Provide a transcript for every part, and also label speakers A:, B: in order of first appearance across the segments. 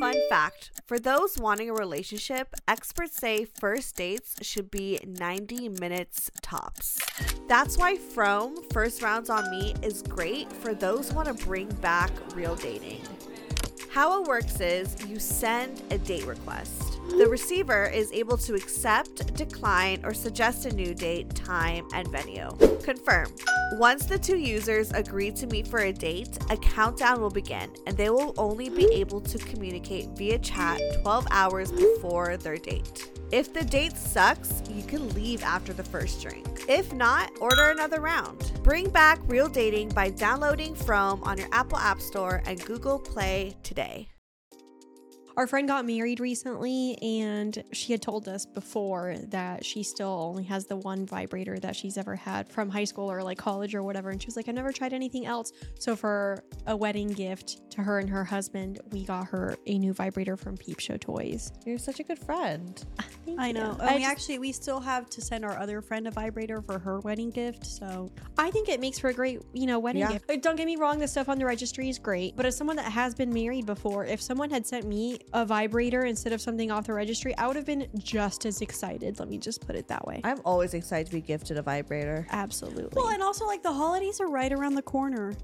A: fun fact for those wanting a relationship, experts say first dates should be 90 minutes tops. That's why From First Rounds on Me is great for those who want to bring back real dating. How it works is you send a date request. The receiver is able to accept, decline, or suggest a new date, time, and venue. Confirm. Once the two users agree to meet for a date, a countdown will begin, and they will only be able to communicate via chat 12 hours before their date. If the date sucks, you can leave after the first drink. If not, order another round. Bring back real dating by downloading From on your Apple App Store and Google Play today.
B: Our friend got married recently, and she had told us before that she still only has the one vibrator that she's ever had from high school or like college or whatever. And she was like, I've never tried anything else. So, for a wedding gift to her and her husband, we got her a new vibrator from Peep Show Toys.
C: You're such a good friend.
B: Thank
D: I
B: you.
D: know. And
B: I,
D: we
B: just-
D: actually we still have to send our other friend a vibrator for her wedding gift. So
B: I think it makes for a great, you know, wedding
C: Yeah.
B: gift. Like, don't get me wrong, the stuff on the registry is great. But as someone that has been married before, if someone had sent me a vibrator instead of something off the registry, I would have been just as excited. Let me just put it that way.
C: I'm always excited to be gifted a vibrator.
B: Absolutely.
D: well, and also like the holidays are right around the corner.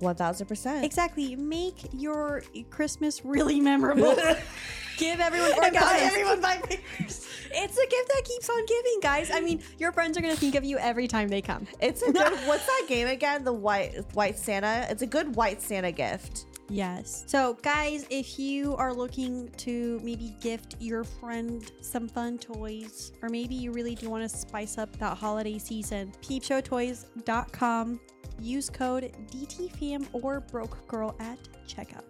C: 1000%.
D: Exactly. Make your Christmas really memorable. Give everyone or guys.
C: vibrators.
B: it's a gift that keeps on giving, guys. I mean, your friends are going to think of you every time they come.
C: It's a good, what's that game again? The white white Santa. It's a good white Santa gift.
D: Yes. So, guys, if you are looking to maybe gift your friend some fun toys, or maybe you really do want to spice up that holiday season, peepshowtoys.com. Use code DTFAM or BrokeGirl at checkout.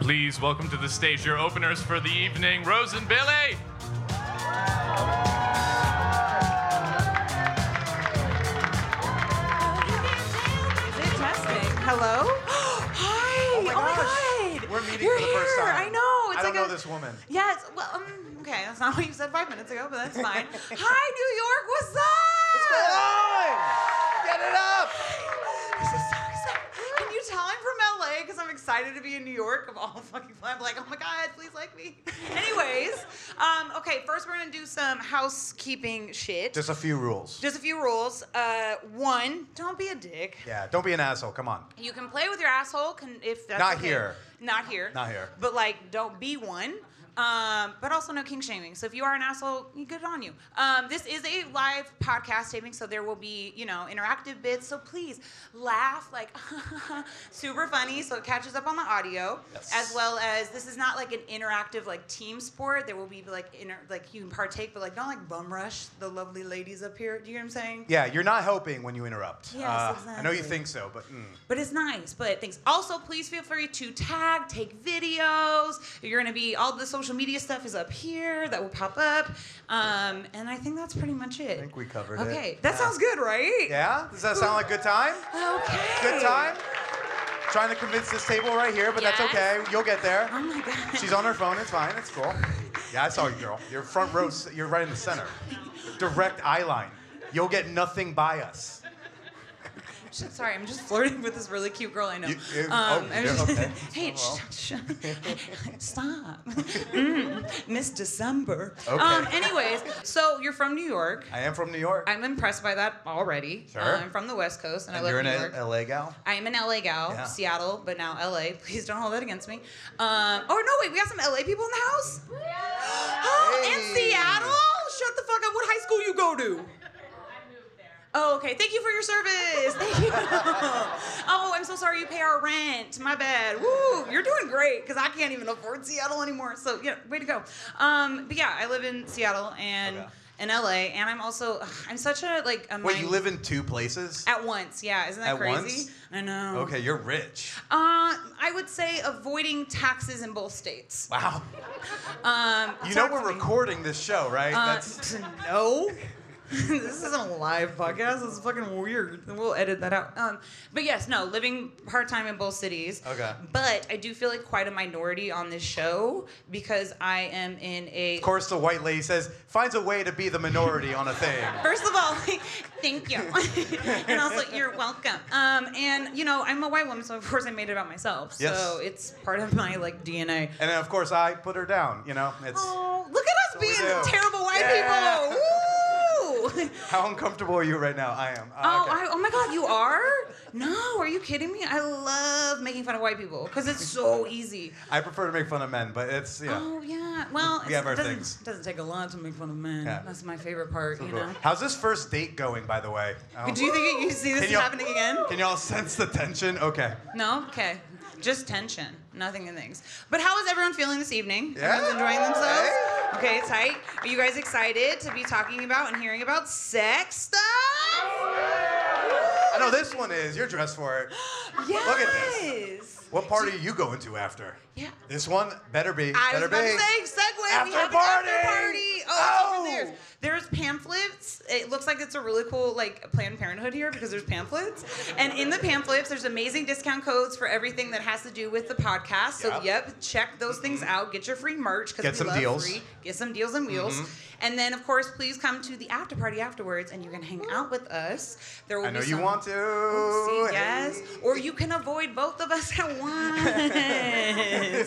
E: Please welcome to the stage your openers for the evening, Rose and Billy.
F: Hello? Hi! Oh my, god.
G: We're meeting
F: You're
G: for the first
F: here. I
G: time.
F: know. It's
G: I
F: like
G: don't know
F: a-
G: this woman.
F: Yes. Well, um, okay, that's not what you said five minutes ago, but that's fine. Hi, New York. What's up?
G: Get it up!
F: This is so exciting. Can you tell I'm from LA? Because I'm excited to be in New York. Of all fucking, I'm like, oh my god, please like me. Anyways, um, okay. First, we're gonna do some housekeeping shit.
G: Just a few rules.
F: Just a few rules. Uh, one, don't be a dick.
G: yeah, don't be an asshole. Come on.
F: You can play with your asshole can, if that's
G: Not
F: okay.
G: here.
F: Not here.
G: Not here.
F: But like, don't be one. Um, but also no king shaming. So if you are an asshole, you- good on you. Um, this is a live podcast taping, so there will be you know interactive bits. So please laugh like super funny, so it catches up on the audio as well as this is not like an interactive like team sport. There will be like inter like you can partake, but like don't like bum rush the lovely ladies up here. Do you hear what I'm saying?
G: Yeah, you're not helping when you interrupt. Uh,
F: Yes,
G: I know you
F: exactly.
G: think so, but mm.
F: but it's nice. But thanks. Also, please feel free to tag, take videos. You're gonna be all the social media stuff is up here that will pop up. Um, and I think that's pretty much it. I
G: think we covered it.
F: okay. that
G: Yeah.
F: sounds good, right?
G: yeah? Does that sound like good time?
F: Okay.
G: Good time? Trying to convince this table right here, but that's okay. You'll get there.
F: Oh my god.
G: She's on her phone. It's fine. It's cool. Yeah, I saw you, girl. You're front row. s- You're right in the center. Direct eye line. You'll get nothing by us.
F: Sorry, I'm just flirting with this really cute girl I know. Um,
G: You- you- oh,
F: I'm
G: yeah,
F: just-
G: okay.
F: hey,
G: Oh,
F: sh- sh- stop. Mm, Miss December.
G: Okay.
F: Um, anyways, so you're from New York.
G: I am from New York.
F: I'm impressed by that already.
G: Sure.
F: Uh, I'm from the West Coast, and,
G: and
F: I
G: you're
F: live
G: an
F: in New York.
G: L- LA gal?
F: I am an LA gal,
G: Yeah.
F: Seattle, but now LA. Please don't hold that against me. Um, oh no, wait, we got some LA people in the house. Oh, in
G: Hey.
F: Seattle? Shut the fuck up. What high school you go to? Oh, okay. Thank you for your service. Thank you. oh, I'm so sorry you pay our rent. My bad. Woo, you're doing great because I can't even afford Seattle anymore. So, yeah, way to go. Um, but yeah, I live in Seattle and
G: Okay.
F: in LA, and I'm also ugh, I'm such a like a
G: Wait,
F: mind-
G: you live in two places?
F: at once. Yeah, isn't that
G: At
F: crazy?
G: once?
F: I know.
G: Okay, you're rich.
F: Uh, I would say avoiding taxes in both states.
G: Wow.
F: Um,
G: You know
F: tax-
G: we're recording this show, right?
F: Uh,
G: That's
F: no. this isn't a live podcast. It's fucking weird. We'll edit that out. Um, but yes, no, living part time in both cities.
G: Okay.
F: But I do feel like quite a minority on this show because I am in a.
G: Of course, the white lady says, finds a way to be the minority on a thing.
F: First of all, thank you. and also, you're welcome. Um, and, you know, I'm a white woman, so of course I made it about myself.
G: Yes.
F: So it's part of my, like, DNA.
G: And then, of course, I put her down. You know, it's
F: Oh, look at us
G: we
F: being
G: do.
F: terrible white
G: Yeah.
F: people. Woo!
G: how uncomfortable are you right now? I am. Uh,
F: Oh,
G: okay.
F: I, oh my God, you are? No, are you kidding me? I love making fun of white people because it's so easy.
G: I prefer to make fun of men, but it's yeah.
F: Oh yeah. Well,
G: We
F: it's-
G: have our
F: it doesn't,
G: things.
F: doesn't take a lot to make fun of men.
G: Yeah.
F: That's my favorite part,
G: So
F: you
G: cool.
F: know.
G: How's this first date going, by the way? Oh.
F: Do you think you see this
G: Can y'all-
F: happening again?
G: Can y'all sense the tension? Okay.
F: No? Okay. Just tension. Nothing in things. But how is everyone feeling this evening?
G: Yeah.
F: Everyone's enjoying themselves?
G: Hey.
F: Okay, tight. Are you guys excited to be talking about and hearing about sex stuff?
G: I know this one is. You're dressed for it.
F: Yes.
G: Look at this. What party are you going to after?
F: Yeah.
G: This one better be.
F: I was
G: better
F: about
G: be.
F: to say, segue.
G: After
F: we have
G: party.
F: An after party. Oh,
G: Oh.
F: It's over there. There's pamphlets. It looks like it's a really cool like Planned Parenthood here because there's pamphlets, and in the pamphlets there's amazing discount codes for everything that has to do with the podcast. So
G: Yep. Mm-hmm.
F: yep, check those things out. Get your free merch
G: Get
F: because we
G: some
F: love
G: deals. Mm-hmm.
F: free. Get some deals and wheels. And then, of course, please come to the after party afterwards, and you can hang out with us. There will
G: I know
F: be
G: you
F: some-
G: want to.
F: Oopsie,
G: Hey.
F: yes. Or you can avoid both of us at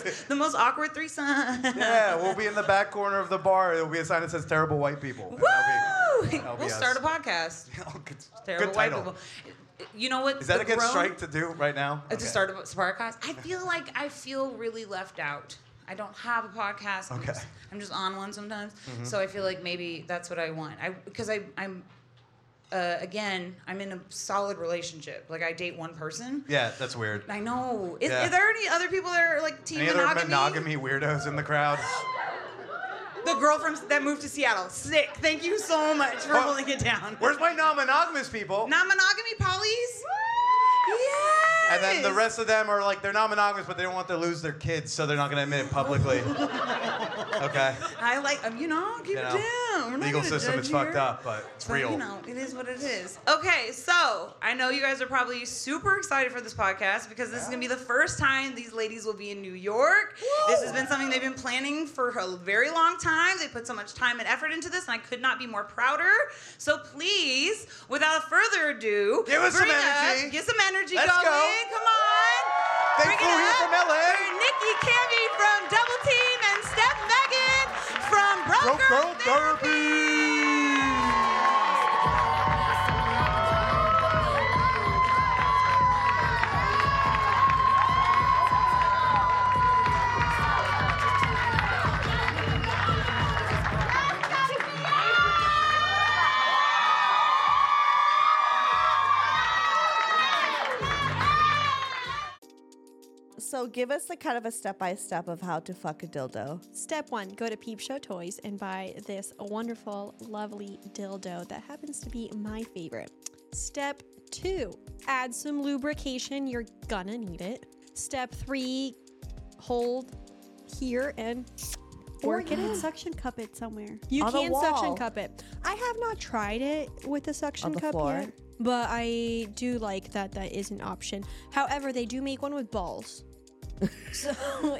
F: once. the most awkward threesome.
G: Yeah, we'll be in the back corner of the bar. There'll be a sign that says "Terrible White People." And
F: Woo!
G: that'll be- that'll be
F: We'll
G: us.
F: start a podcast.
G: good,
F: Terrible
G: good
F: white
G: title.
F: people. You know what?
G: Is that
F: the
G: a good
F: grown-
G: strike to do right now?
F: uh,
G: Okay.
F: To start a podcast. I feel like I feel really left out. I don't have a podcast. I'm
G: Okay. Mm-hmm.
F: just, I'm just on one sometimes. So I feel like maybe that's what I want. I because I I'm uh, again, I'm in a solid relationship. Like I date one person.
G: Yeah, that's weird.
F: I know. Is,
G: Yeah.
F: Are there any other people that are like team
G: Any other
F: monogamy?
G: monogamy weirdos in the crowd?
F: The girl from that moved to Seattle. Sick. Thank you so much for
G: Oh.
F: holding it down.
G: Where's my non-monogamous people?
F: Non monogamy polys? Yes.
G: And then the rest of them are like they're not monogamous, but they don't want to lose their kids, so they're not going to admit it publicly. okay.
F: I like, um, you know, keep
G: You
F: it
G: know,
F: down. We're not
G: legal
F: gonna
G: system
F: judge
G: is
F: here.
G: fucked up, but it's
F: But,
G: real.
F: You know, it is what it is. Okay, so I know you guys are probably super excited for this podcast because this is gonna be the first time these ladies will be in New York. This has been something they've been planning for a very long time. They put so much time and effort into this, and I could not be more prouder. So please, without further ado,
G: Give us
F: bring
G: some
F: up-
G: energy.
F: get some energy
G: Let's
F: going.
G: go.
F: Come on.
G: They
F: bring
G: flew
F: it
G: here
F: up
G: from LA.
F: for Nikki Candy from Double Team and Steph Megan from Broker,
G: Broke Girl
F: Therapy.
H: So give us the kind of a step by step of how to fuck a dildo.
B: Step one go to Peep Show Toys and buy this wonderful, lovely dildo that happens to be my favorite. Step two add some lubrication. You're gonna need it. Step three hold here and
I: Or get a suction cup it somewhere.
B: you
H: On the
B: can suction
H: wall.
B: cup it. I have not tried it with a suction
H: On the
B: cup
H: floor.
B: yet, but I do like that that is an option. However, they do make one with balls. so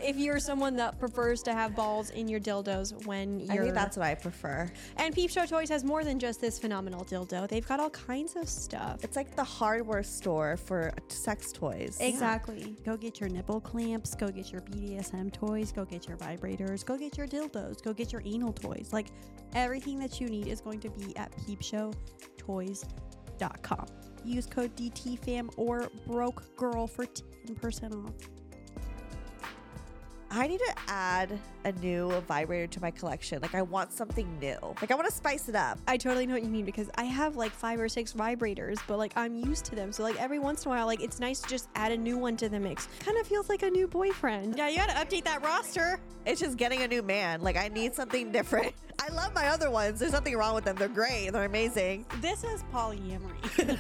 B: if you're someone that prefers to have balls in your dildos when you're
H: I think that's what I prefer.
B: and Peep Show Toys has more than just this phenomenal dildo. They've got all kinds of stuff.
H: It's like the hardware store for sex toys.
I: Exactly. Go get your nipple clamps. Go get your BDSM toys. Go get your vibrators. Go get your dildos. Go get your anal toys. Like everything that you need is going to be at peepshowtoys.com. Use code DTFAM or broke girl for 10% off.
H: I need to add a new vibrator to my collection. Like I want something new. Like I want to spice it up.
B: I totally know what you mean because I have like five or six vibrators, but like I'm used to them. So like every once in a while, like it's nice to just add a new one to the mix. Kind of feels like a new boyfriend.
I: Yeah, you gotta update that roster.
H: It's just getting a new man. Like I need something different. I love my other ones. There's nothing wrong with them. They're great. They're amazing.
I: This is polyamory.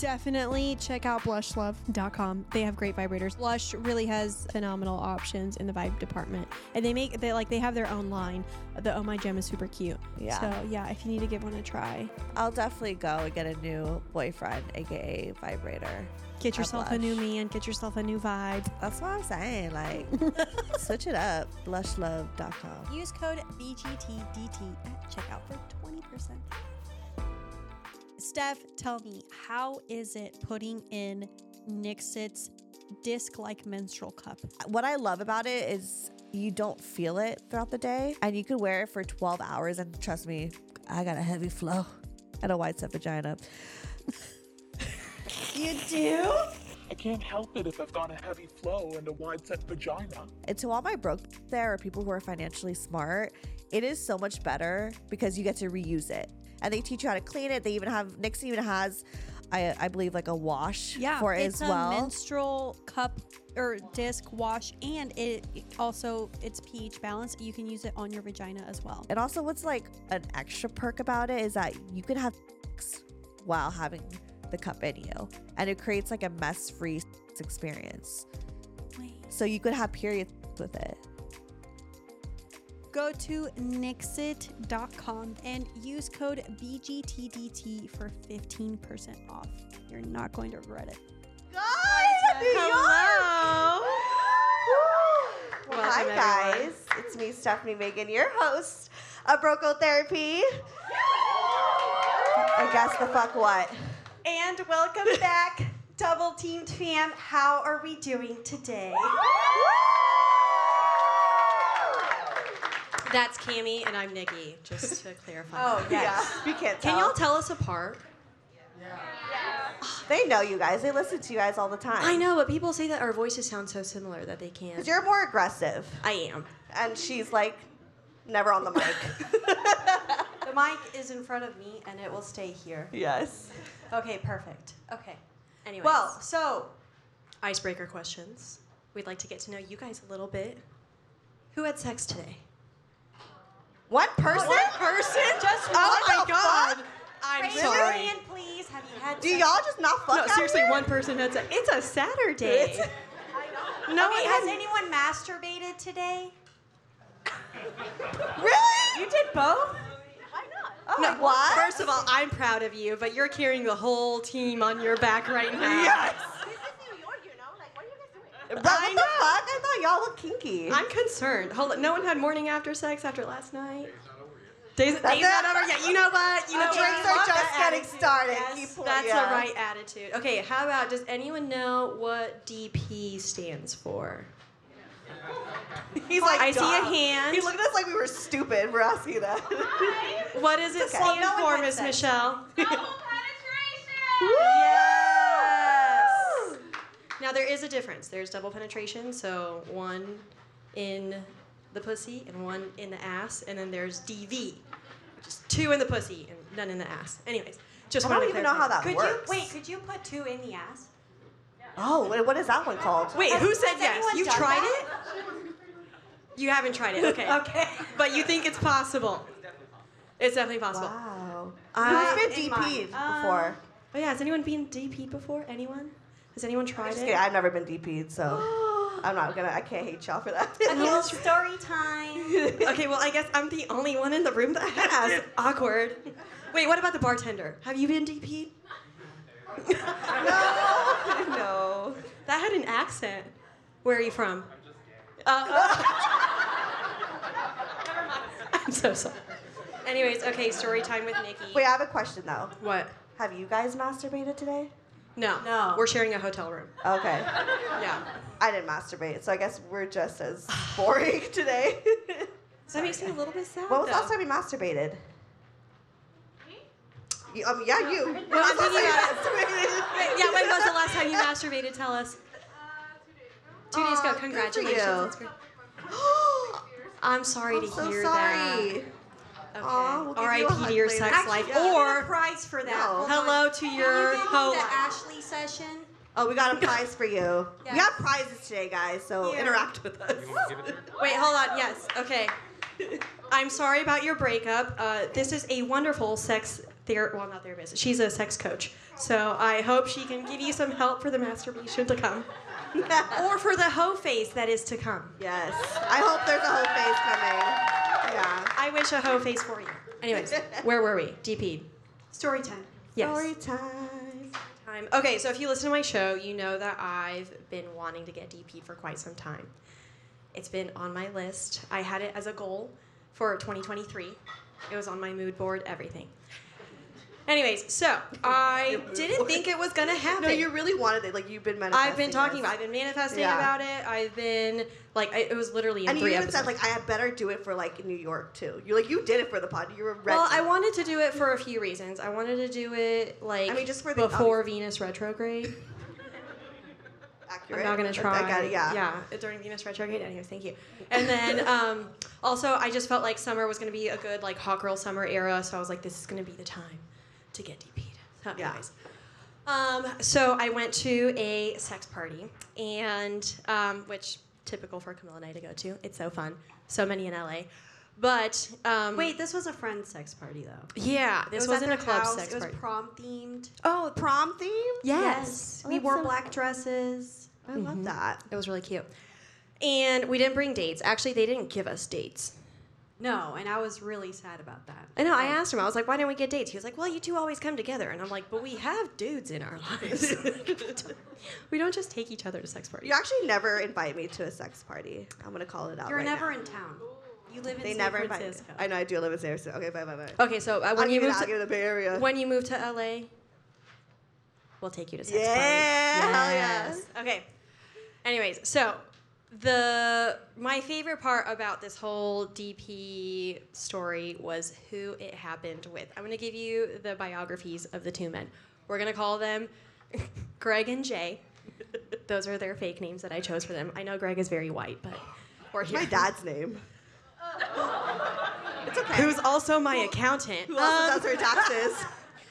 J: Definitely check out blushlove.com. They have great vibrators. Blush really has phenomenal options in the vibe department. And they make they like they have their own line. The Oh My Gem is super cute.
C: Yeah.
J: So yeah, if you need to give one a try,
C: I'll definitely go and get a new boyfriend, aka vibrator.
J: get
C: I
J: yourself a new
C: blush.
J: man, get yourself a new vibe.
C: That's what I'm saying. Like, switch it up. Blushlove.com.
D: Use code BGTDT at checkout for 20%. Steph, tell me, how is it putting in Nixit's disc like menstrual cup?
C: what I love about it is you don't feel it throughout the day, and you can wear it for 12 hours. And trust me, I got a heavy flow and a wide set vagina. you do?
K: I can't help it if I've got a heavy flow and a wide set vagina.
C: And to all my broke there are people who are financially smart. It is so much better because you get to reuse it, and they teach you how to clean it. They even have Nixon even has, I, I believe, like a wash for it
D: it's
C: as well.
D: a menstrual cup or disc wash, and it it also it's pH balanced. You can use it on your vagina as well.
C: And also, what's like an extra perk about it is that you can have sex while having the cup in you, and it creates like a mess free experience. So you could have periods with it.
D: Go to nixit.com and use code
J: E
D: BGTDT for 15% off. You're not going to regret it.
A: Hello. Hi, guys. It's me, Stephanie Megan, your host of Broco Therapy. I guess the fuck what?
H: And welcome back, Double Teamed Fam. How are we doing today?
B: That's Cami and I'm Nikki, just to clarify.
H: Oh, yes.
A: You can't
B: Can
A: tell.
B: y'all tell us apart?
A: They know you guys. They listen to you guys all the time.
B: I know, but people say that our voices sound so similar that they can't.
H: Because you're more aggressive,
B: I am.
H: and she's like never on the mic.
B: The mic is in front of me and it will stay here.
H: yes.
B: Okay, perfect. Okay. Anyways,
H: Well, so
B: icebreaker questions. We'd like to get to know you guys a little bit. Who had sex today?
H: one person?
B: person? Just one.
H: Oh
B: oh my
H: the
B: god.
H: fuck?
B: I'm
H: Raise your
B: sorry.
H: hand, please. Have you had Do sex? y'all just not fuck
B: No,
H: out
B: seriously,
H: here?
B: one person had sex. It's a Saturday.
H: No,
B: No one
H: has
B: had
H: anyone masturbated today?
B: Really? You did both?
H: Oh,
B: No,
H: my what?
B: First of all, I'm proud of you, but you're carrying the whole team on your back right now.
H: Bro, what
B: I
H: the
B: know.
H: fuck? I thought y'all were kinky.
B: I'm concerned. Hold on. No one had morning after sex after last night. Days, days
H: it.
B: not over yet. You know what? You know
H: Oh, drinks
B: what?
H: are
B: I love
H: just
B: that
H: getting
B: attitude.
H: started.
B: Yes,
H: Keep pour-
B: that's
H: yeah.
B: the right attitude. Okay, how about does anyone know what DP stands for?
H: He's like,
B: I see
H: "Duh."
B: a hand.
H: He looked at us like we were stupid for asking that.
B: What does it stand
H: no one
B: for,
H: had
B: Miss
H: sex.
B: Michelle?
H: yes.
B: Now there is a difference. There's double penetration, so one in the pussy and one in the ass, and then there's DV, which is two in the pussy and none in the ass. Anyways, just
H: I
B: wanted
H: don't
B: to
H: even know how
B: clarify
H: that
B: Could you-
H: works.
B: wait,
H: could you put two in the ass?
A: Oh, what- what is that one called?
B: Wait, who said
H: Has
B: yes?
H: anyone
B: You've
H: done
B: tried
H: that?
B: it? You haven't tried it. Okay.
H: Okay.
B: But you think it's possible. It's definitely possible.
A: Wow.
H: Who's
B: I-
H: been
A: in
H: DP'd
B: mine.
H: before?
B: oh yeah, has anyone been DP before? Anyone? Has anyone tried
H: Just
B: it?
H: kidding, I've never been DP'd, so I'm not gonna. I can't hate y'all for that.
D: story time.
B: okay, well, I guess I'm the only one in the room that has. Awkward. Wait, what about the bartender? Have you been DP?
H: no.
B: That had an accent. Where are you from? Uh, oh. I'm so sorry. Anyways, okay, story time with Nikki.
H: Wait, I have a question though.
B: What?
H: Have you guys masturbated today?
B: No.
H: No.
B: We're sharing a hotel room.
H: Okay.
B: Yeah.
H: I didn't masturbate, so I guess we're just as boring today.
B: So that makes me a little bit sad.
H: when was the
B: though.
H: last time you masturbated? Me? Um, yeah, you. When
B: Well, I'm
H: was the
B: thinking
H: last
B: about it.
H: time you masturbated?
B: Yeah, when was the last time you masturbated? Tell us. Two days
H: Aw,
B: ago.
H: good for
B: Congratulations.
H: you.
B: That's great. I'm sorry to
H: so
B: hear that.
H: sorry.
B: Okay.
H: Aw, we'll give you a
B: R.I.P.
H: hug
B: to your
H: later.
B: sex
H: Actually,
B: life,
H: yeah.
B: or
D: prize for that.
H: No.
D: Hold on.
B: hello to your
D: The
B: co.
D: Ashley session.
H: Oh, we got a prize for you. We
D: Yes.
H: got prizes today, guys, so interact with us.
B: Wait, hold on. Yes. Okay. I'm sorry about your breakup. Uh, this is a wonderful sex Ther- well, not therapist. She's a sex coach. So I hope she can give you some help for the masturbation to come. or for the hoe face that is to come.
H: Yes. I hope there's a whole face coming. Yeah.
B: I wish a hoe face for you. Anyways, where were we? DP.
H: Story time.
B: Yes.
H: Story time.
B: time. Okay, so if you listen to my show, you know that I've been wanting to get DP for quite some time. It's been on my list. I had it as a goal for 2023. It was on my mood board, everything. Anyways, so I didn't think it was gonna happen.
H: No, you really wanted it. Like you've been manifesting.
B: I've been talking
H: this.
B: about. I've been manifesting
H: Yeah.
B: about it. I've been like, I, it was literally in
H: And you
B: three
H: even
B: episodes.
H: said like I had better do it for like New York too. You're like you did it for the pod. You were ready.
B: well, I wanted to do it for a few reasons. I wanted to do it like
H: I mean, just for the-
B: before Venus retrograde.
H: accurate.
B: I'm not gonna
H: Like,
B: try.
H: I got it. Yeah.
B: yeah. During Venus retrograde. Anyways, thank you. And then um, also, I just felt like summer was gonna be a good like hot girl summer era, so I was like, this is gonna be the time to get DP'd. So,
H: Yeah.
B: anyways. Um, so I went to a sex party, and um, which typical for Camilla and I to go to. It's so fun. So many in LA. But um,
D: Wait, this was a friend's sex party though.
B: yeah, this
D: it was
B: wasn't a
D: at their
B: club
D: house.
B: sex
D: It was
B: party.
D: prom themed.
H: Oh, prom theme.
B: yes.
D: we wore black dresses.
H: I love that.
B: Mm-hmm. It was really cute. And we didn't bring dates. Actually, they didn't give us dates.
D: No, and I was really sad about that.
B: I know. I asked him. I was like, "Why didn't we get dates?" He was like, "Well, you two always come together." And I'm like, "But we have dudes in our lives. we don't just take each other to sex parties."
H: You actually never invite me to a sex party. I'm gonna call it out.
D: You're
H: right
D: never
H: now.
D: in town. You live in
H: They
D: San
H: never invite me.
D: Francisco.
H: I know I do live in San Francisco. Okay, bye bye bye.
B: Okay, so uh,
H: I'll
B: when you
H: give it
B: move
H: out, I'll give it
B: to,
H: the Bay Area.
B: when you move to LA, we'll take you to sex
H: Yeah, hell
B: parties. Yes. Okay. Anyways, so the my favorite part about this whole DP story was who it happened with. I'm gonna give you the biographies of the two men. We're gonna call them Greg and Jay. Those are their fake names that I chose for them. I know Greg is very white, but we're here.
H: My dad's name. it's okay.
B: who's also my accountant.
H: Who also does her taxes?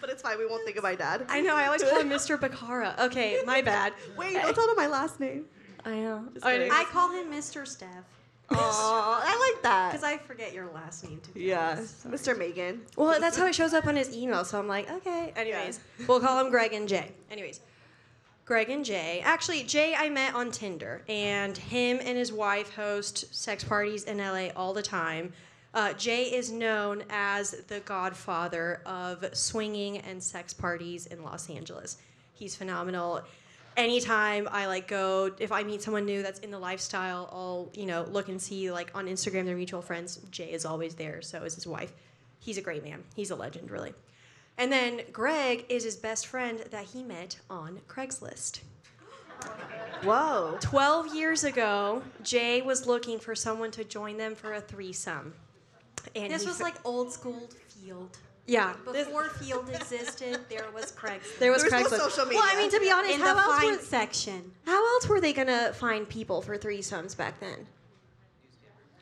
H: but it's fine. We won't think of my dad.
B: I know. I always call him Mr. Bacara. Oh, Okay, my bad.
H: Wait, don't tell them my last name.
B: I know.
H: kidding.
D: I call him Mr. Steph
H: Oh, I like that.
D: because I forget your last name. To be
H: Yeah,
D: honest. Sorry.
H: Mr. Megan.
B: Well, that's how it shows up on his email. So I'm like, okay. Anyways, we'll call him Greg and Jay. Anyways, Greg and Jay. Actually, Jay I met on Tinder, and him and his wife host sex parties in LA all the time. Uh, Jay is known as the godfather of swinging and sex parties in Los Angeles. He's phenomenal. Anytime I like go, if I meet someone new that's in the lifestyle, I'll you know look and see like on Instagram their mutual friends. Jay is always there. So is his wife. He's a great man. He's a legend, really. And then Greg is his best friend that he met on Craigslist.
H: Whoa.
B: 12 years ago, Jay was looking for someone to join them for a threesome. And
D: This
B: he
D: was
B: fo-
D: like old school field.
B: yeah. this-
D: Before field existed, there was Craigslist.
B: there was
H: There
B: Craigslist.
H: was no social
B: Well, I
H: media.
B: mean, to be honest,
D: in
B: how
D: the
B: else,
D: find
B: were,
D: section.
B: how else were they going to find people for threesomes back then?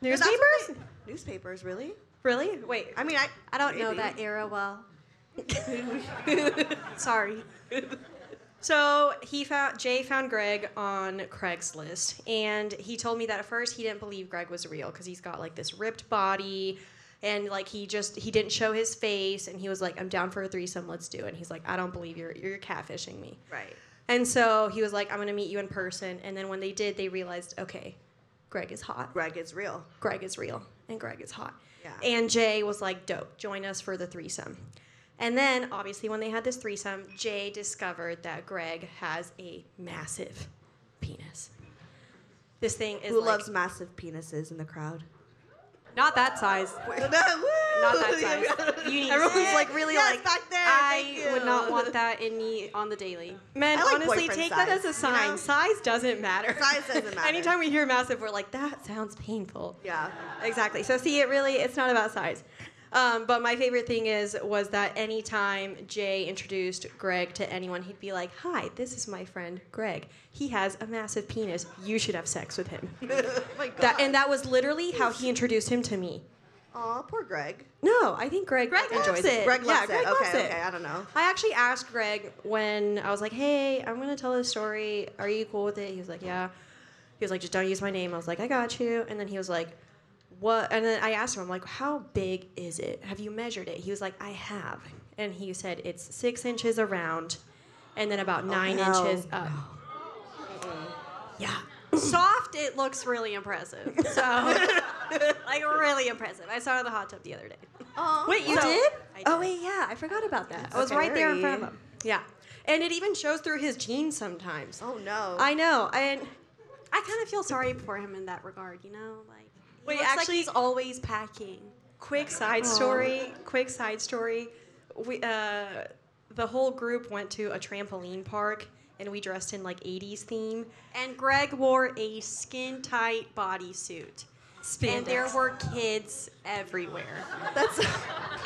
H: Is that
B: Newspapers?
H: something- Newspapers, really?
B: Really? Wait.
H: I mean, I
D: I don't know
H: maybe.
D: that era well. Sorry.
B: So he found Jay found Greg on Craigslist, and he told me that at first he didn't believe Greg was real because he's got like this ripped body, and like he just he didn't show his face, and he was like, "I'm down for a threesome, let's do it." And he's like, "I don't believe you're you're catfishing me."
H: Right.
B: And so he was like, "I'm gonna meet you in person," and then when they did, they realized, okay, Greg is hot.
H: Greg is real.
B: Greg is real and Greg is hot.
H: Yeah.
B: And Jay was like, dope, join us for the threesome. And then, obviously, when they had this threesome, Jay discovered that Greg has a massive penis. This thing is
H: Who
B: like-
H: loves massive penises in the crowd?
B: not that size.
H: Not that
B: size. You need- Everyone's like really
H: yes,
B: like,
H: back there. thank
B: I
H: you.
B: would not want
D: that in me on the daily.
B: Men,
H: I like
B: honestly,
H: boyfriend
B: take that
H: size,
B: as a
H: you
B: sign.
H: know?
B: Size doesn't matter.
H: Size doesn't matter.
B: Anytime we hear massive, we're like, that sounds painful.
H: Yeah.
B: Exactly. So see, it really it's not about size. Um, but my favorite thing is was that anytime Jay introduced Greg to anyone, he'd be like, "Hi, this is my friend Greg. He has a massive penis. You should have sex with him."
H: My God.
B: That, and that was literally how he introduced him to me.
H: Aw, poor Greg.
B: No, I think Greg,
H: Greg
B: enjoys
H: loves it. Greg
B: yeah,
H: loves
B: Greg
H: it.
B: loves
H: okay,
B: it.
H: okay. I don't know.
B: I actually asked Greg when I was like, "Hey, I'm gonna tell this story. Are you cool with it?" He was like, "Yeah." He was like, "Just don't use my name." I was like, "I got you." And then he was like, "What?" And then I asked him, "I'm like, how big is it? Have you measured it?" He was like, "I have." and he said it's six inches around, and then
H: Oh,
B: about nine
H: hell
B: inches up. Yeah. Soft, it looks really impressive. So, like, really impressive. I saw it in the hot tub the other day.
H: Wait, you
B: So-
H: did?
B: I
H: Oh wait, yeah, I forgot about that.
B: I was right there in front of him. Yeah. And it even shows through his jeans sometimes.
H: Oh no.
B: I know. And I kind of feel sorry for him in that regard, you know? Like, he
H: Wait,
B: looks like
H: actually-
B: he's always packing. Quick side story. Quick side story. We, uh, the whole group went to a trampoline park and we dressed in like 80s theme. And Greg wore a skin tight bodysuit. And there
H: Spandex.
B: were kids everywhere. That's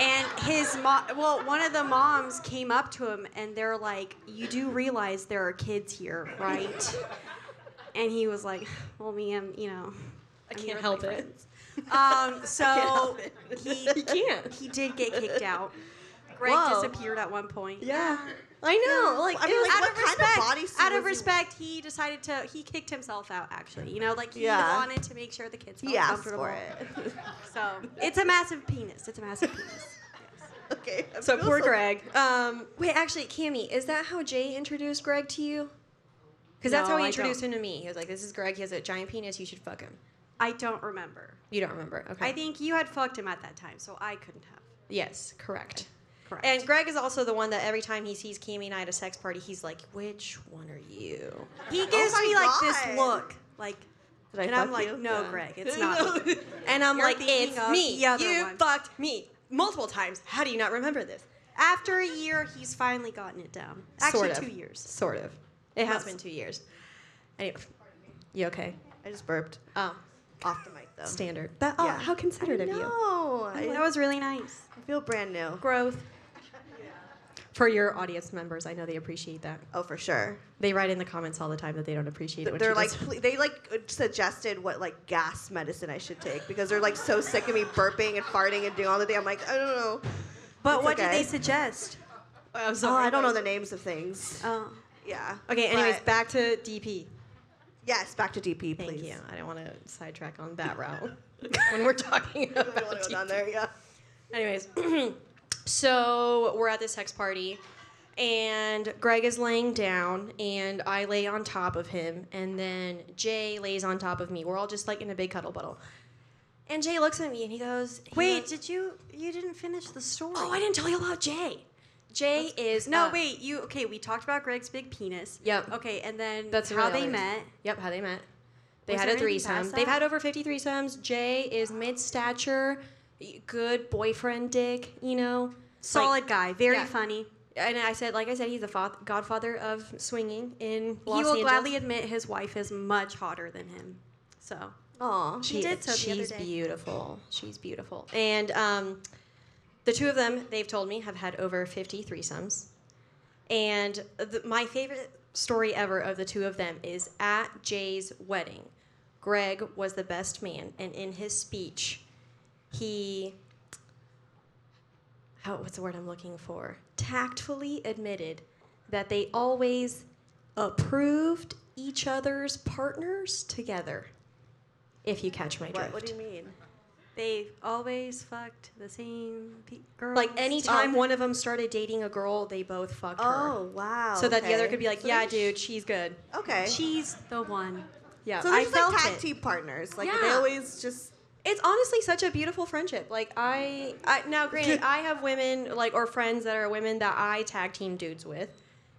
B: and his mom. Well, one of the moms came up to him and they're like, "You do realize there are kids here, right?" And he was like, "Well, me, I'm, you know, I
H: can't help it."
B: Um, so
H: help it.
B: he
H: You can't.
B: He did get kicked out. Greg
H: Whoa.
B: disappeared at one point.
H: Yeah. I know. Like,
B: I
H: it
B: mean,
H: was-
B: out
H: what
B: of
H: kind of
B: respect,
H: bodysuit
B: out
H: was
B: of
H: he-
B: respect, he decided to. He kicked himself out. Actually, you know, like he
H: Yeah.
B: wanted to make sure the kids felt
H: He asked
B: comfortable.
H: for it.
B: So it's a massive penis. It's a massive penis.
H: okay. I
B: So
H: feel
B: poor Greg. Um, wait, actually, Cammy, is that how Jay introduced Greg to you? Because that's
H: No,
B: how he
H: I
B: introduced him to me. He was like, "This is Greg. He has a giant penis. You should fuck him."
H: I don't remember.
B: You don't remember? Okay.
H: I think you had fucked him at that time, so I couldn't have.
B: yes, correct.
H: Correct.
B: And Greg is also the one that every time he sees Cammy and I at a sex party, he's like, "Which one are you?" He gives
H: Oh my
B: me like this
H: God.
B: look, like,
H: Did I
B: and I'm
H: fuck
B: like,
H: you?
B: "No,
H: Yeah.
B: Greg, it's not." me." and I'm
H: You're
B: like,
H: thinking
B: "It's
H: of
B: me.
H: the other
B: you
H: one."
B: fucked me multiple times. How do you not remember this?"
H: After a year, he's finally gotten it down. Actually,
B: Sort of.
H: two years.
B: Sort of. It has
H: Most.
B: been two years. Anyway, you okay?
H: I just burped
B: Oh,
H: off the mic though. Uh,
B: standard. That, oh,
H: Yeah.
B: how considerate of you.
H: No, I,
B: That was really nice.
H: I feel brand new.
B: Growth. For your audience members, I know they appreciate that.
H: Oh, for sure.
B: They write in the comments all the time that they don't appreciate it. when
H: They're
B: she
H: like,
B: does-
H: pl- they like uh, suggested what like gas medicine I should take because they're like so sick of me burping and farting and doing all the day. I'm like, I don't know.
B: but
H: it's
B: what
H: okay.
B: did they suggest? I'm
H: Oh,
B: sorry.
H: I don't know the names of things.
B: Oh.
H: Yeah.
B: Okay. Anyways,
H: But-
B: back to DP.
H: yes, back to DP, please.
B: Thank you. I don't want to Uh, sidetrack on that route when we're talking about
H: I don't want
B: DP.
H: to go down there. Yeah.
B: Anyways, so we're at this sex party, and Greg is laying down, and I lay on top of him, and then Jay lays on top of me. We're all just like in a big cuddle buddle. And Jay looks at me and he goes, he goes,
H: did you? You didn't finish the story.
B: Oh, I didn't tell you about Jay. Jay is.
H: No,
B: uh,
H: wait. You okay? We talked about Greg's big penis.
B: Yep.
H: Okay, and then
B: That's
H: how
B: really all
H: they
B: there is.
H: met.
B: Yep, how they met. They
H: Was
B: had
H: there
B: a
H: anything
B: threesome.
H: past
B: They've
H: that?
B: had over 50 threesomes. Jay is mid stature, good boyfriend dick, you know?
H: Solid
B: Like-
H: guy, very
B: yeah.
H: funny.
B: And I said, like I said, he's the fa- godfather of swinging in Los
H: he will
B: Angeles.
H: gladly admit his wife is much hotter than him.
B: so
H: Aw, she, did so the other
B: She's
H: day.
B: beautiful. She's beautiful. And um, the two of them, they've told me, have had over 50 threesomes. And the, my favorite story ever of the two of them is at Jay's wedding. Greg was the best man, and in his speech, he how what's the word I'm looking for? Tactfully admitted that they always approved each other's partners together. If you catch my drift.
H: What, what do you mean?
B: They've
H: Always fucked the same pe- girl.
B: like anytime one of them started dating a girl, they both fucked her.
H: Oh wow.
B: so that the other
H: okay.
B: could be like,
H: So
B: "Yeah,
H: they sh-
B: dude, she's good."
H: Okay.
B: She's the one. Yeah,
H: so
B: I
H: they're just
B: felt
H: like tag
B: it.
H: team partners. Like they
B: Yeah.
H: always just.
B: It's honestly such a beautiful friendship. Like I, I now granted, I have women like or friends that are women that I tag team dudes with,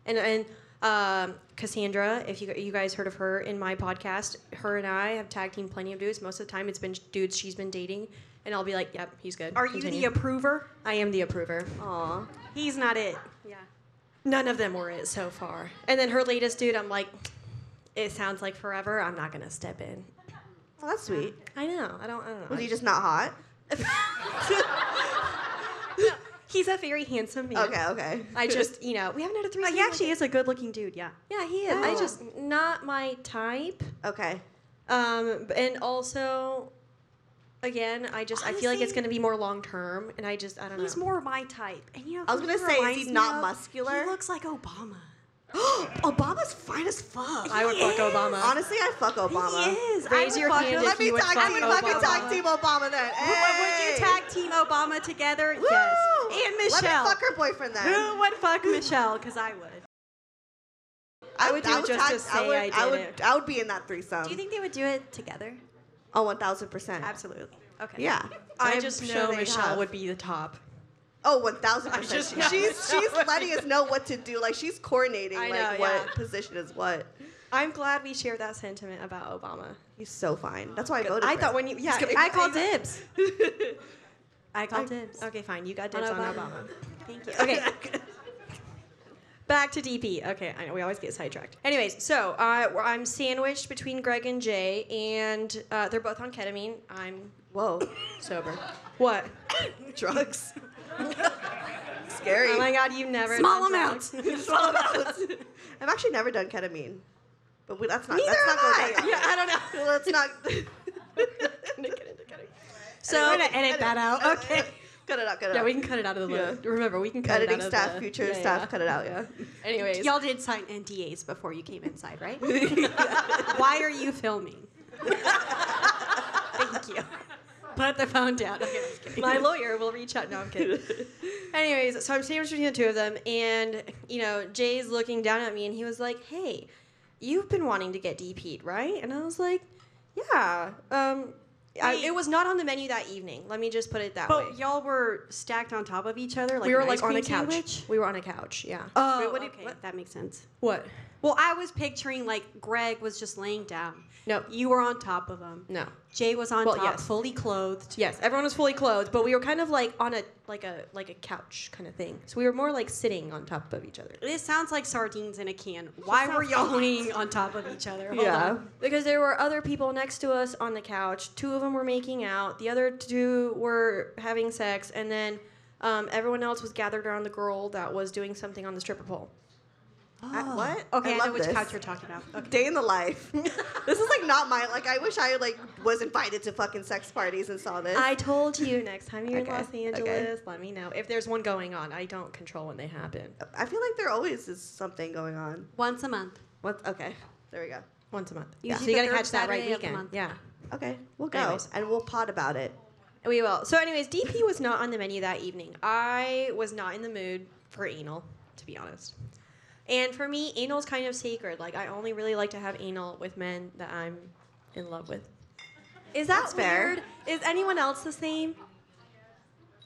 B: and and um, Cassandra, if you you guys heard of her in my podcast, her and I have tag team plenty of dudes. Most of the time, it's been dudes she's been dating, and I'll be like, "Yep, he's good."
H: Are you the
B: Continue."
H: approver?
B: I am the approver.
H: Aw.
B: He's not it. Yeah. None of them were it so far. And then her latest dude, I'm like, it sounds like forever. I'm not gonna step in.
H: Well, that's sweet.
B: I know. I don't. I don't know.
H: Was he just not hot?
B: He's a very handsome man.
H: Okay, okay.
B: I just, you know, we haven't had a
H: But
B: threesome.
H: he actually is a good-looking dude. Yeah.
B: yeah, he is. I
H: Oh.
B: just not my type.
H: Okay.
B: Um, b- and also, again, I just I feel like it's
H: Honestly-
B: gonna be more long term, and I just I don't
H: He's
B: know.
H: more my type. And you know,
B: I
H: was gonna say, is he not muscular?
B: He looks like Obama.
H: Obama's fine as fuck.
B: Oh, I would fuck Obama.
H: Honestly, I fuck Obama.
B: He is. Raise your hand if
H: Let me
B: you would
H: tag
B: fuck
H: team. Let me
B: Obama.
H: tag team Obama then.
B: Would- Would you
H: Hey!
B: tag Team Obama together?
H: Woo!
B: Yes. and
H: Let me
B: Michelle.
H: fuck her boyfriend then.
B: Who would fuck Michelle? Because I would. I would do it just
H: I-
B: to say I did
H: I would,
B: it.
H: I would be in that threesome.
B: Do you think they would do it together?
H: Oh, one thousand percent.
B: Absolutely. Okay.
H: Yeah.
B: I
H: I'm
B: just
H: sure
B: know
H: they
B: Michelle
H: have.
B: would be the top.
H: Oh, one thousand
B: I just
H: percent.
B: know
H: She's
B: that
H: she's
B: one.
H: letting us know what to do. Like she's coordinating.
B: I
H: like
B: know,
H: what
B: yeah.
H: position is what.
B: I'm glad we shared that sentiment about Obama.
H: He's so fine. That's why I voted.
B: I
H: for
B: thought
H: him.
B: when you yeah,
H: Just kidding.
B: I called dibs. I called dibs. Okay, fine. You got
D: On
B: dibs on Obama.
D: Obama.
B: Thank you. Okay. Back to DP. Okay, I know we always get sidetracked. Anyways, so uh, we're- I'm sandwiched between Greg and Jay, and uh, they're both on ketamine. I'm
H: Whoa,
B: sober. What?
H: drugs. Scary.
B: Oh my God, you've never
H: Small
B: done
H: amounts.
B: drugs.
H: Small amounts. I've actually never done ketamine, but we, that's not.
B: Neither
H: that's
B: have
H: not
B: I.
H: going down.
B: Yeah, I don't know.
H: Let's not.
B: So
H: Anyway,
B: we're gonna edit that out.
H: anyway,
B: Okay.
H: Oh, Cut it out. Cut it
B: Yeah,
H: out.
B: we can cut it out of the loop. Remember, we can cut
H: Editing
B: it out of
H: staff,
B: the-
H: future
B: yeah,
H: staff,
B: yeah.
H: cut it out. Yeah.
B: Anyways,
D: Y'all did sign NDAs before you came inside, right? Why are you filming?
B: Thank you. Put the phone down. Okay, I'm just kidding. My lawyer will reach out. No, I'm kidding. Anyways, so I'm sandwiched between the two of them, and you know, Jay's looking down at me, and he was like, "Hey, you've been wanting to get DP'd, right?" And I was like, "Yeah." Um, I,
D: Wait.
B: it was not on the menu that evening. Let me just put it that way.
D: But y'all were stacked on top of each other, like
B: we were
D: an
B: like Uh,
D: ice
B: on a
D: cream
B: couch.
D: sandwich?
B: We were on a couch. Yeah.
D: Oh,
H: Wait, what do you-
D: okay,
H: what-
D: that makes sense.
B: what?
D: Well, I was picturing like Greg was just laying down.
B: No.
D: you were on top of him.
B: No.
D: Jay was on
B: Well,
D: top,
B: yes.
D: fully clothed.
B: Yes, everyone was fully clothed, but we were kind of like on a like a like a couch kind of thing. So we were more like sitting on top of each other.
D: This sounds like sardines in a can. Why were y'all laying on top of each other? Hold
H: Yeah.
D: on.
B: Because there were other people next to us on the couch. Two of them were making out. The other two were having sex, and then um, everyone else was gathered around the girl that was doing something on the stripper pole.
H: I- what?
D: Oh. Okay, I, know
H: love
D: which
H: this.
D: couch you're talking about. Okay.
H: Day in the life. this is like not my like. I wish I like was invited to fucking sex parties and saw this.
B: I told you next time you're
H: Okay,
B: in Los
H: okay.
B: Angeles, let me know if there's one going on. I don't control when they happen.
H: I feel like there always is something going on.
D: Once a month.
H: What? Okay, there we go.
B: Once a month.
D: Usually
B: So you
D: the
B: gotta
D: third
B: catch that right
D: Saturday of the
B: weekend.
D: month.
B: Yeah.
H: Okay, we'll go
B: Anyways.
H: and we'll pot about it.
B: We will. So, anyways, DP was not on the menu that evening. I was not in the mood for anal, to be honest. And for me, anal's kind of sacred. Like, I only really like to have anal with men that I'm in love with. Is that
H: That's fair.
B: weird? Is anyone else the same?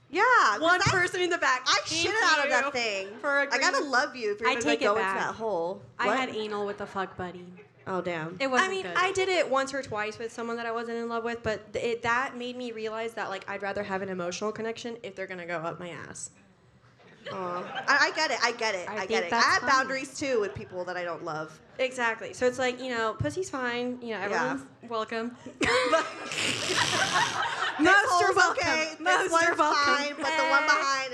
H: Yeah, 'cause
B: One
H: that's-
B: person in the back.
H: I
B: Thank
H: shit out of
B: you
H: that thing.
B: For
H: I
B: agreeing.
H: gotta love you if you're
D: I
H: gonna
D: take
H: go
D: it
H: into
D: back.
H: that hole.
D: I
H: What?
D: had anal with a fuck buddy.
H: Oh damn.
D: It wasn't
B: I mean,
D: good.
B: I did it once or twice with someone that I wasn't in love with, but th- it, that made me realize that like I'd rather have an emotional connection if they're gonna go up my ass.
H: I, I get it. I get it.
D: I
H: I,
D: think
H: get it. I
D: that's
H: have
D: fine.
H: boundaries too with people that I don't love.
B: Exactly. So it's like, you know, pussy's fine. You know,
H: Yeah.
B: everyone's welcome.
H: This
B: Most are
H: hole's
B: welcome.
H: okay.
B: Most
H: This one's
B: are welcome.
H: fine, but the one behind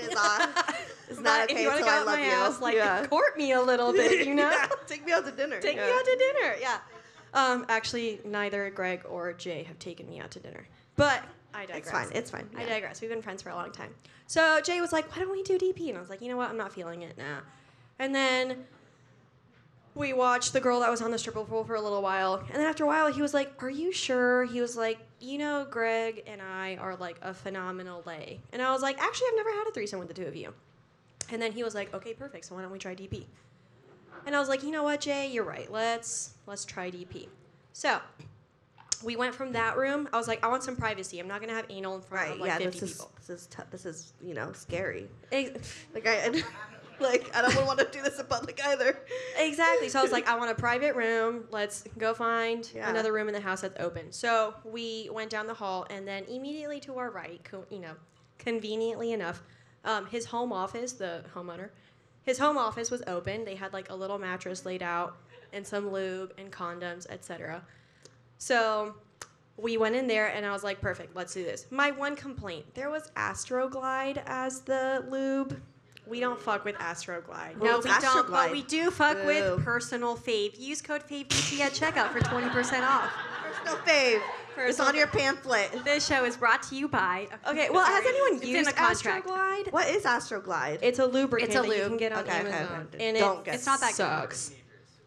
H: is on. It's not
B: But
H: okay
B: if you wanna
H: until
B: go
H: I
B: out
H: love
B: my
H: you.
B: ass, like,
H: Yeah.
B: court me a little bit, you know?
H: Yeah, Take me out to dinner.
B: Take me
H: Yeah.
B: out to dinner. Yeah. Um, actually, neither Greg or Jay have taken me out to dinner. But I digress.
H: It's fine. It's fine.
B: I
H: yeah.
B: digress. We've been friends for a long time. So Jay was like, "Why don't we do DP?" And I was like, "You know what? I'm not feeling it now." And then we watched the girl that was on the stripper pole for a little while. And then after a while, he was like, "Are you sure?" He was like, "You know, Greg and I are like a phenomenal lay." And I was like, "Actually, I've never had a threesome with the two of you." And then he was like, "Okay, perfect. So why don't we try DP?" And I was like, "You know what, Jay? You're right. Let's let's try DP." So we went from that room. I was like, "I want some privacy. I'm not gonna have anal in front
H: Right.
B: of like
H: yeah.
B: 50
H: This is
B: people."
H: this is t- this is you know scary.
B: Ex-
H: Like I, I like I don't want to do this in public either.
B: Exactly. So I was like, I want a private room. Let's go find
H: Yeah.
B: another room in the house that's open. So we went down the hall, and then immediately to our right, co- you know, conveniently enough, um, his home office, the homeowner, his home office was open. They had like a little mattress laid out, and some lube and condoms, etc. So we went in there, and I was like, perfect. Let's do this. My one complaint: there was Astroglide as the lube. We don't fuck with Astroglide.
D: no,
H: it's
D: we don't. But
H: Astroglide.
D: we do fuck
H: Ew.
D: with personal fave. Use code FAVEBT at checkout for 20% off.
H: Personal fave. it's on your pamphlet.
D: This show is brought to you by.
B: Okay, well, has
D: Sorry.
B: anyone
D: It's in
B: used
D: the contract.
B: Astroglide?
H: What is Astroglide?
B: It's a lubricant
D: It's a
B: that you
D: lube.
B: can get on
H: Okay, okay,
B: Amazon,
H: okay.
B: and
H: Don't
B: it,
H: get
B: it's not that
H: it.
B: sucks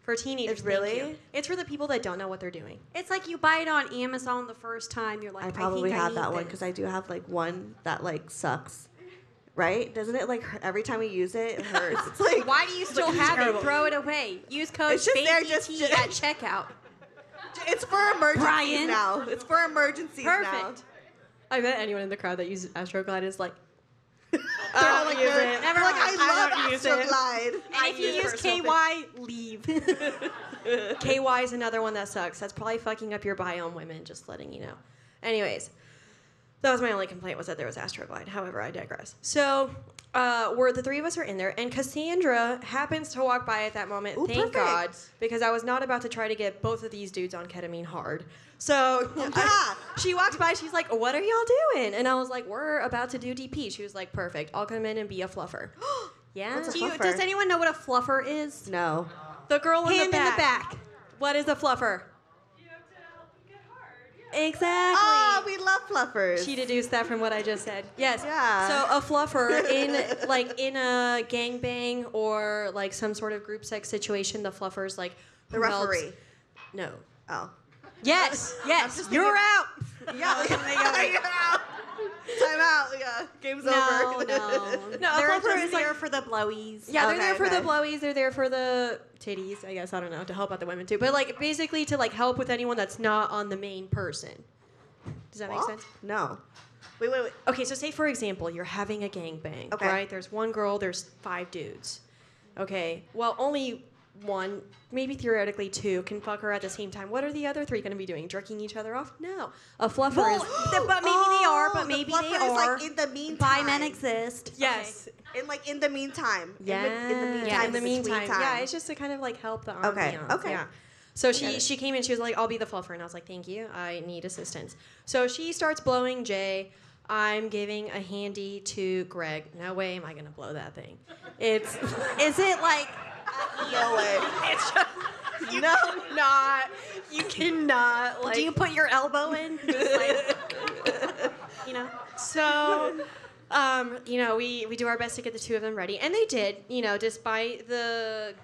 B: for teenagers.
H: It
B: thank
H: really?
B: you. It's for the people that don't know what they're doing.
D: It's like you buy it on Amazon the first time. You're like,
H: I probably
D: think
H: have
D: I need
H: that one
D: this."
H: because I do have like one that like sucks. right? Doesn't it like hurt- every time we use it, it hurts? It's like
B: Why do you still
H: it's
B: have
H: terrible.
B: it? Throw it away. Use code
H: It's just there
B: BABYT
H: just to-
B: at checkout.
H: It's for emergencies
B: Brian.
H: now. It's for emergencies now.
B: Perfect. I bet anyone in the crowd that uses Astroglide is like,
H: They're all
B: don't
H: like,
B: use
H: they're-
B: it.
H: they're
B: Never
H: like,
B: mind.
H: I
B: I
H: love
B: don't use it."
H: Astroglide.
B: and if you use KY, leave. KY is another one that sucks. That's probably fucking up your biome, women. Just letting you know. Anyways, that was my only complaint was that there was Astroglide. However, I digress. So. Uh, where the three of us are in there, and Cassandra happens to walk by at that moment.
H: Ooh,
B: thank
H: perfect.
B: God, because I was not about to try to get both of these dudes on ketamine hard. So
H: yeah.
B: she walks by. She's like, "What are y'all doing?" And I was like, "We're about to do DP." She was like, "Perfect. I'll come in and be a fluffer." yeah.
H: What's a
B: Do you-
H: fluffer?
B: does anyone know what a fluffer is?
H: No.
B: The girl in the,
H: Hand in the
B: back. What is a fluffer? Exactly.
H: Oh, we love fluffers.
B: She deduced that from what I just said. Yes.
H: Yeah.
B: So a fluffer in like in a gangbang or like some sort of group sex situation, the fluffer's like
H: the
B: who helps-
H: referee.
B: No.
H: Oh.
B: Yes. Yes.
H: just
B: You're
H: thinking-
B: out.
H: Yeah. yeah. Time out. Yeah. Game's
B: No,
H: over.
B: no.
D: No,
B: They're
D: they're just
B: just, like-
D: there for the blowies.
B: Yeah, they're there
H: Okay,
B: for the
H: okay.
B: blowies. They're there for the titties. I guess I don't know to help out the women too, but like basically to like help with anyone that's not on the main person. Does that make
H: What?
B: sense?
H: No. Wait, wait, wait.
B: Okay, so say for example, you're having a gangbang,
H: Okay.
B: right? There's one girl, there's five dudes. Okay, well only one, maybe theoretically two, can fuck her at the same time. What are the other three going to be doing? Jerking each other off? No, a fluffer is.
D: The- but maybe they are,
H: Oh,
D: but
H: the
D: maybe
H: fluffer
D: they
H: is, like,
D: are.
H: in the meantime.
D: Bi men exist.
B: Yes.
H: And like in the meantime.
B: Yeah.
H: In, the- in the meantime.
B: Yeah,
H: is between time.
B: Yeah, it's just to kind of like help the ambiance.
H: Okay, okay.
B: Yeah. So
H: Got
B: she
H: it.
B: she came in. She was like, "I'll be the fluffer," and I was like, "Thank you. I need assistance." So she starts blowing Jay. I'm giving a handy to Greg. No way am I gonna blow that thing. It's
D: Is it like
H: no way.
B: you no not you cannot like
D: do you put your elbow in?
B: you know. So, um, you know, we we do our best to get the two of them ready, and they did. You know, despite the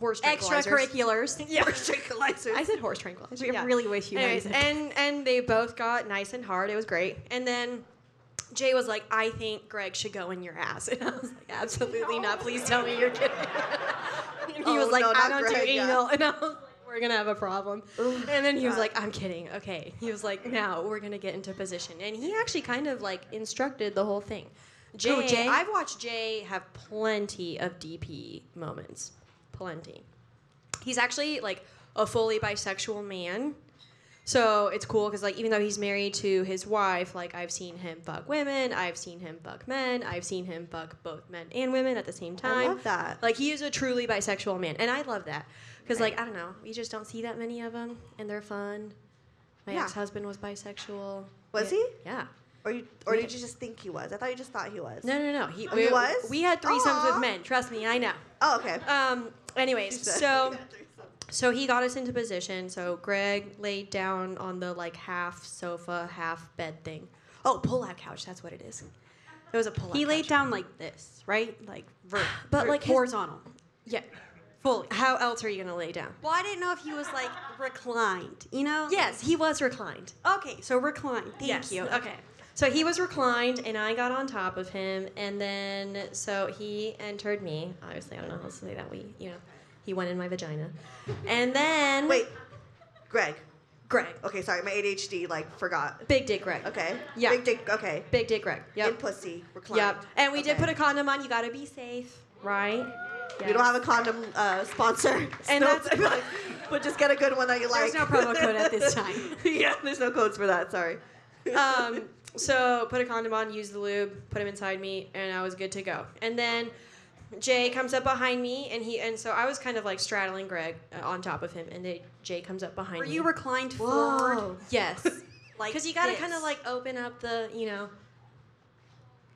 B: horse tranquilizers.
D: Extracurriculars.
B: Yeah.
H: Tranquilizers.
B: I said horse tranquilizers.
D: We
B: yeah.
D: really wish you
B: Anyways,
D: meant it.
B: and and they both got nice and hard. It was great. And then Jay was like, "I think Greg should go in your ass," and I was like, "Absolutely not! Please tell me you're kidding." and he
H: Oh,
B: was like,
H: no,
B: "I
H: not
B: don't
H: Greg,
B: do
H: yeah.
B: anal," and I was like, "We're gonna have a problem." and then he was
H: God.
B: like, "I'm kidding. Okay." He was like, "Now we're gonna get into position," and he actually kind of like instructed the whole thing. Jay,
D: Jay?
B: I've watched Jay have plenty of DP moments, plenty he's actually like a fully bisexual man. So it's cool because like even though he's married to his wife, like I've seen him fuck women, I've seen him fuck men, I've seen him fuck both men and women at the same time.
H: I love that.
B: Like he is a truly bisexual man, and I love that because like I don't know, you just don't see that many of them, and they're fun. My
H: Yeah.
B: ex-husband was bisexual.
H: Was
B: Yeah.
H: he?
B: Yeah.
H: Or you, or did you just think he was? I thought you just thought he was.
B: No, no, no. He,
H: Oh, he
B: we-
H: was?
B: We had threesomes
H: Aw.
B: with men. Trust me, I know.
H: Oh, okay.
B: Um. Anyways,
H: said-
B: so so he got us into position. So Greg laid down on the like half sofa, half bed thing. Oh, pull-out couch. That's what it is. It was a pull-out.
D: He laid
B: couch.
D: down like this, right? Like vert,
B: But, like, his-
D: horizontal.
B: Yeah. Fully. How else are you gonna lay down?
D: Well, I didn't know if he was like reclined. You know?
B: Yes, he was reclined.
D: Okay, so reclined. Thank
B: yes.
D: you.
B: Okay. So he was reclined, and I got on top of him, and then so he entered me. Obviously, I don't know how to say that. We, you know, he went in my vagina, and then
H: Wait, Greg.
B: Greg,
H: Okay, sorry, my ADHD like forgot.
B: big dick Greg.
H: Okay.
B: Yeah.
H: Big dick. Okay.
B: Big dick Greg.
H: In
B: Yep.
H: pussy. Reclined.
B: Yep. And we did
H: Okay.
B: put a condom on. You gotta be safe, right?
H: We don't have a condom uh, sponsor.
B: And
H: so-
B: that's-
H: but just get a good one that you like.
D: There's no promo code at this time.
H: yeah, there's no codes for that. Sorry.
B: um, so put a condom on, use the lube, put him inside me, and I was good to go. And then Jay comes up behind me, and he and so I was kind of like straddling Greg uh, on top of him, and they, Jay comes up behind
D: Were
B: me.
D: you reclined forward?
H: Whoa.
B: yes,
D: Like
B: because you gotta
D: this?
B: kind of like open up the you know.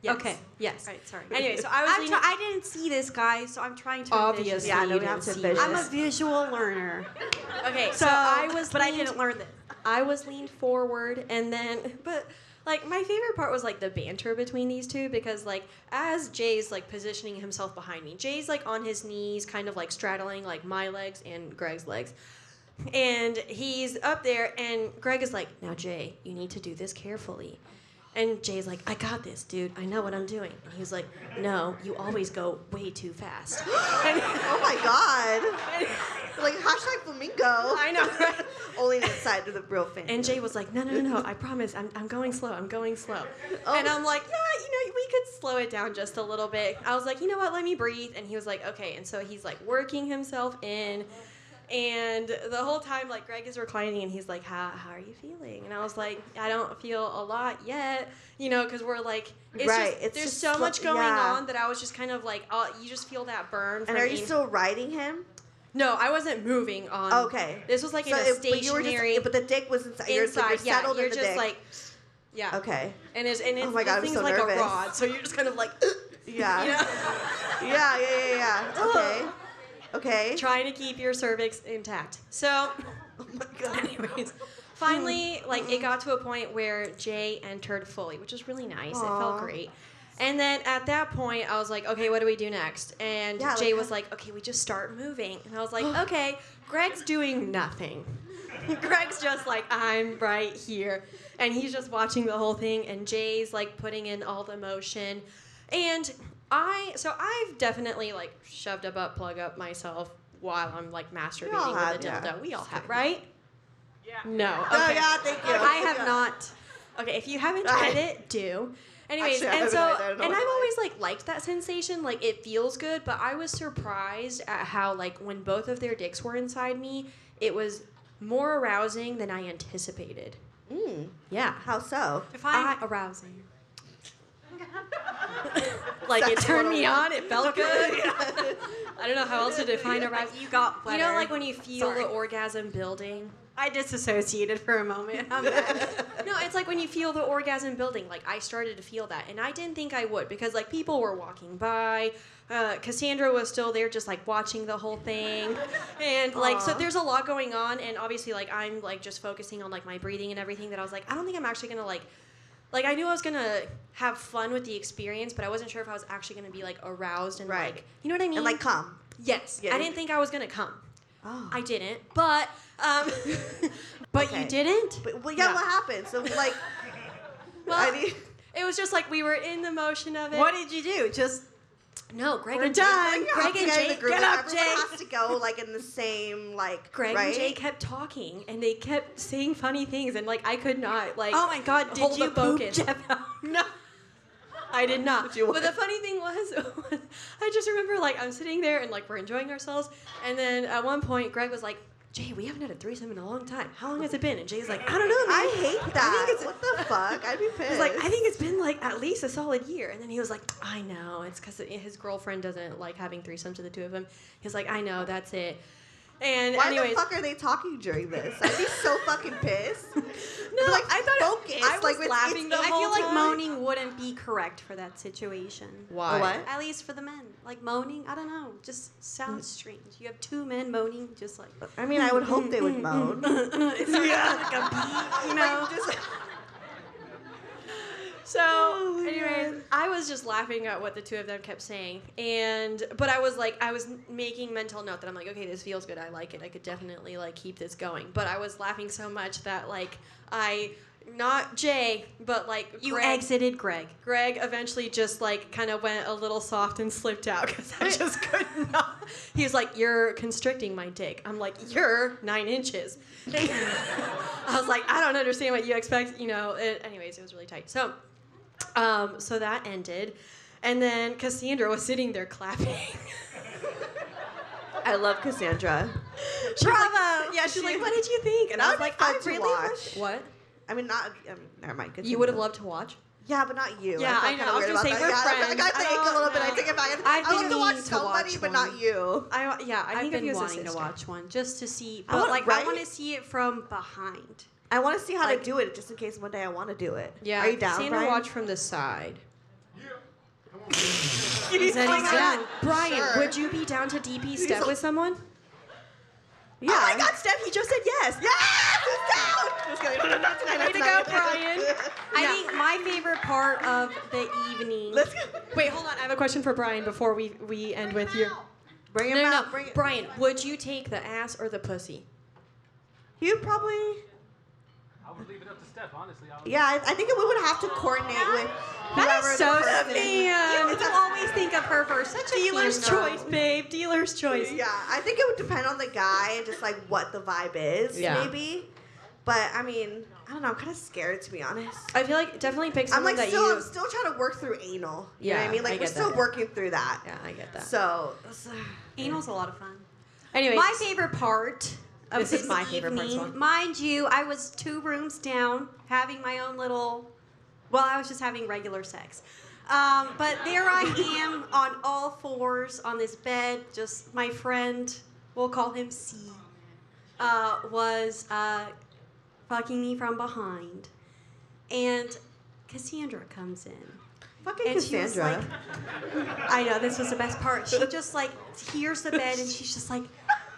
B: Yes.
D: Okay.
B: Yes.
D: All right, sorry.
B: Anyway, so I was
D: I'm
B: leaning-
D: try- I didn't see this guy, so I'm trying to.
B: Obviously,
H: Yeah, no,
B: you
H: we have
B: didn't
H: to
B: see
H: envision
B: this.
D: envision. I'm a visual learner.
B: Okay,
D: So,
B: so, I was,
D: but I
B: leaned-
D: didn't learn this.
B: I was leaned forward, and then, but like my favorite part was like the banter between these two because like as Jay's like positioning himself behind me, Jay's like on his knees, kind of like straddling like my legs and Greg's legs, and he's up there, and Greg is like, "Now Jay, you need to do this carefully." And Jay's like, I got this, dude. I know what I'm doing. And he was like, No, you always go way too fast.
H: oh my god. like hashtag flamingo. I
B: know, right?
H: Only inside of the real fan.
B: And Jay was like, no, no, no, no, I promise, I'm, I'm going slow, I'm going slow.
H: Oh.
B: And I'm like, yeah, you know, we could slow it down just a little bit. I was like, you know what, let me breathe. And he was like, okay. And so he's like working himself in. And the whole time, like, Greg is reclining and he's like, how, how are you feeling? And I was like, I don't feel a lot yet, you know, because we're like, it's
H: Right,
B: just,
H: it's
B: there's
H: just
B: so
H: slow-
B: much going
H: yeah.
B: on that I was just kind of like, oh, you just feel that burn.
H: And
B: from
H: are you
B: being-
H: still riding him?
B: No, I wasn't moving on.
H: Okay.
B: This was like
H: So
B: in a
H: it-
B: stationary
H: but you were just- but the dick was inside. Oh, You're,
B: inside.
H: like, you're
B: yeah,
H: settled
B: you're
H: in the
B: just
H: dick.
B: like, yeah.
H: okay.
B: And it's and it's,
H: Oh my
B: the
H: God, I'm
B: thing's
H: so
B: like
H: nervous.
B: a rod, so you're just kind of like
H: Yeah.
B: you know?
H: Yeah, yeah, yeah, yeah. Okay. Okay.
B: trying to keep your cervix intact. So, oh anyways, finally, like it got to a point where Jay entered fully, which was really nice. It
H: Aw.
B: felt great. And then at that point, I was like, okay, what do we do next? And
H: Yeah,
B: Jay
H: like-
B: was like, okay, we just start moving. And I was like, okay, Greg's doing nothing. Greg's just like, I'm right here. And he's just watching the whole thing, and Jay's like putting in all the motion. And I, so I've definitely like shoved a butt plug up myself while I'm like masturbating
H: all
B: with
H: have,
B: a dildo.
H: yeah.
B: We all have, right?
F: Yeah.
B: No. Okay.
H: Oh yeah, thank you.
B: I have
H: Yeah.
B: not. Okay, if you haven't tried it, do. Anyways,
H: Actually, I
B: and
H: haven't
B: so
H: tried that at
B: and
H: all.
B: I've always like liked that sensation. Like it feels good, but I was surprised at how like when both of their dicks were inside me, it was more arousing than I anticipated.
H: Mm,
B: Yeah.
H: how so?
B: If I, arousing. like it
H: Sex
B: turned me
H: 101.
B: on, it felt good. I don't know how else to define arousing.
D: You got
B: You know, like when you feel the orgasm building. I disassociated for a moment. I'm back. no, it's like when you feel the orgasm building. Like I started to feel that, and I didn't think I would because like people were walking by. Uh, Cassandra was still there, just like watching the whole thing, and like so.
H: Aw.
B: There's a lot going on, and obviously like I'm like just focusing on like my breathing and everything. That I was like, I don't think I'm actually gonna like like I knew I was gonna have fun with the experience, but I wasn't sure if I was actually gonna be like aroused and
H: Right.
B: like you know what I mean.
H: And like come.
B: yes,
H: Yeah,
B: I
H: you-
B: didn't think I was gonna come.
H: Oh.
B: I didn't, but um, but
H: Okay.
B: you didn't.
H: But well, yeah,
B: Yeah.
H: what happened? So like,
B: Well,
H: I mean,
B: it was just like we were in the motion of it.
D: What did you do? Just
B: No, Greg
D: We're
B: and Jay-
D: done.
B: Greg
H: you
B: and
H: guys in
B: Jay,
H: the group,
B: get
H: like,
B: up,
H: everyone
B: Jay.
H: has to go like in the same like.
B: Greg
H: right?
B: and Jay kept talking, and they kept saying funny things, and like I could not like.
D: Oh my God, did
B: hold
D: you
B: a
D: poop
B: focus.
D: Jeff
B: no, I did not. but the funny thing was, I just remember like I'm sitting there and like we're enjoying ourselves, and then at one point Greg was like, "Jay, we haven't had a threesome in a long time. How long has it been?" And Jay's like, "I don't know, man.
H: I hate that.
B: it's-
H: what the fuck? I'd be pissed.
B: He's like, I think it's been like at least a solid year. And then he was like, I know. It's because his girlfriend doesn't like having threesomes with the two of them. He was like, I know, that's it. And
H: Why
B: anyways,
H: the fuck are they talking during this? I'd be so fucking pissed.
B: no,
H: like,
B: I thought it,
H: focus,
B: I was
H: like, it's-
B: laughing
H: it's-
B: the
D: I
B: whole
D: feel like
B: time.
D: moaning wouldn't be correct for that situation.
B: Why?
H: what?
D: At least for the men. Like moaning, I don't know, just sounds strange. You have two men moaning just like
H: I mean, I would hope they would moan.
D: it's yeah. like a beat, you know.
H: Like, just,
B: So, anyways, I was just laughing at what the two of them kept saying, and but I was like, I was making mental note that I'm like, okay, this feels good. I like it. I could definitely like keep this going. But I was laughing so much that like I, not Jay, but like
D: you
B: Greg-
D: exited Greg.
B: Greg eventually just like kind of went a little soft and slipped out because I just could not. He was like, "You're constricting my dick." I'm like, "You're nine inches." I was like, "I don't understand what you expect." You know. It, anyways, it was really tight. So, um, so that ended, and then Cassandra was sitting there clapping.
H: I love Cassandra.
B: She's like- yeah, she's like, "What did you think?" And
H: That
B: I
H: would
B: was
H: be
B: like,
H: fun
B: "I
H: to
B: really
H: watch."
B: wish- what."
H: I mean, not. I mean, never mind.
B: You
H: continue.
B: would have loved to watch.
H: Yeah, but not you.
B: Yeah,
H: felt
B: I know.
H: kinda
B: I was
H: weird
B: gonna say,
H: about
B: we're
H: that. Yeah, I got- I got
B: friends.
H: the ache a little bit. I
B: No.
H: take it back. I,
D: I've
H: I love
D: been
H: to watch
D: meaning to
H: somebody,
D: watch
H: but not
D: one.
H: you.
B: I yeah, I
D: I've
B: think
D: been
B: of you as a
D: wanting to
B: sister.
D: watch one just to see,
H: I
D: but
H: wanna-
D: like
H: right?
D: I want to see it from behind.
H: I want to see how
B: Like-
H: to do it, just in case one day I want to do it.
B: Yeah,
H: Are you down,
B: Cassandra
H: Brian?
B: watch from the side.
H: He's
B: Then he's
H: like,
B: down. Brian,
H: Sure.
B: would you be down to DP step
H: like- Oh
B: with someone?
H: Yeah.
B: Oh my God, Steph, you just said yes.
H: Yes, it's down. Just kidding. No, no, not tonight.
B: Way
H: not
B: to
H: tonight.
B: go, Brian.
D: I think my favorite part of the evening.
H: Let's go.
B: Wait, hold on. I have a question for Brian before we we end with you.
H: Bring him
B: No, no,
H: out.
B: no.
H: Bring it.
B: Brian, would you take the ass or the pussy?
H: You probably.
L: would leave it up to Steph, honestly. I would
H: Yeah, I, I think we would have to coordinate with
B: That
H: whoever
B: is
H: the
B: so
H: person-
B: Sam. You always think of her first. Such a dealer's
H: female.
B: choice, babe. Dealer's choice.
H: Yeah, I think it would depend on the guy and just like what the vibe is,
B: Yeah.
H: maybe. But I mean, I don't know. I'm kind of scared to be honest.
B: I feel like definitely pick
H: I'm
B: someone
H: like
B: that
H: still,
B: you.
H: I'm still trying to work through anal. You know
B: Yeah,
H: what I mean? Like
B: I
H: we're
B: get that.
H: still working through that.
B: yeah, I get that.
H: So,
I: Anal's a lot of fun.
B: Anyways.
I: my favorite part of
B: This
I: this,
B: is my favorite part as
I: evening,
B: well.
I: mind you, I was two rooms down having my own little. Well, I was just having regular sex. Um, but there I am on all fours on this bed. Just my friend, we'll call him C, uh, was uh, fucking me from behind. And Cassandra comes in.
H: Fucking
I: and she was
H: Cassandra.
I: like, I know this was the best part. She just like hears the bed and she's just like,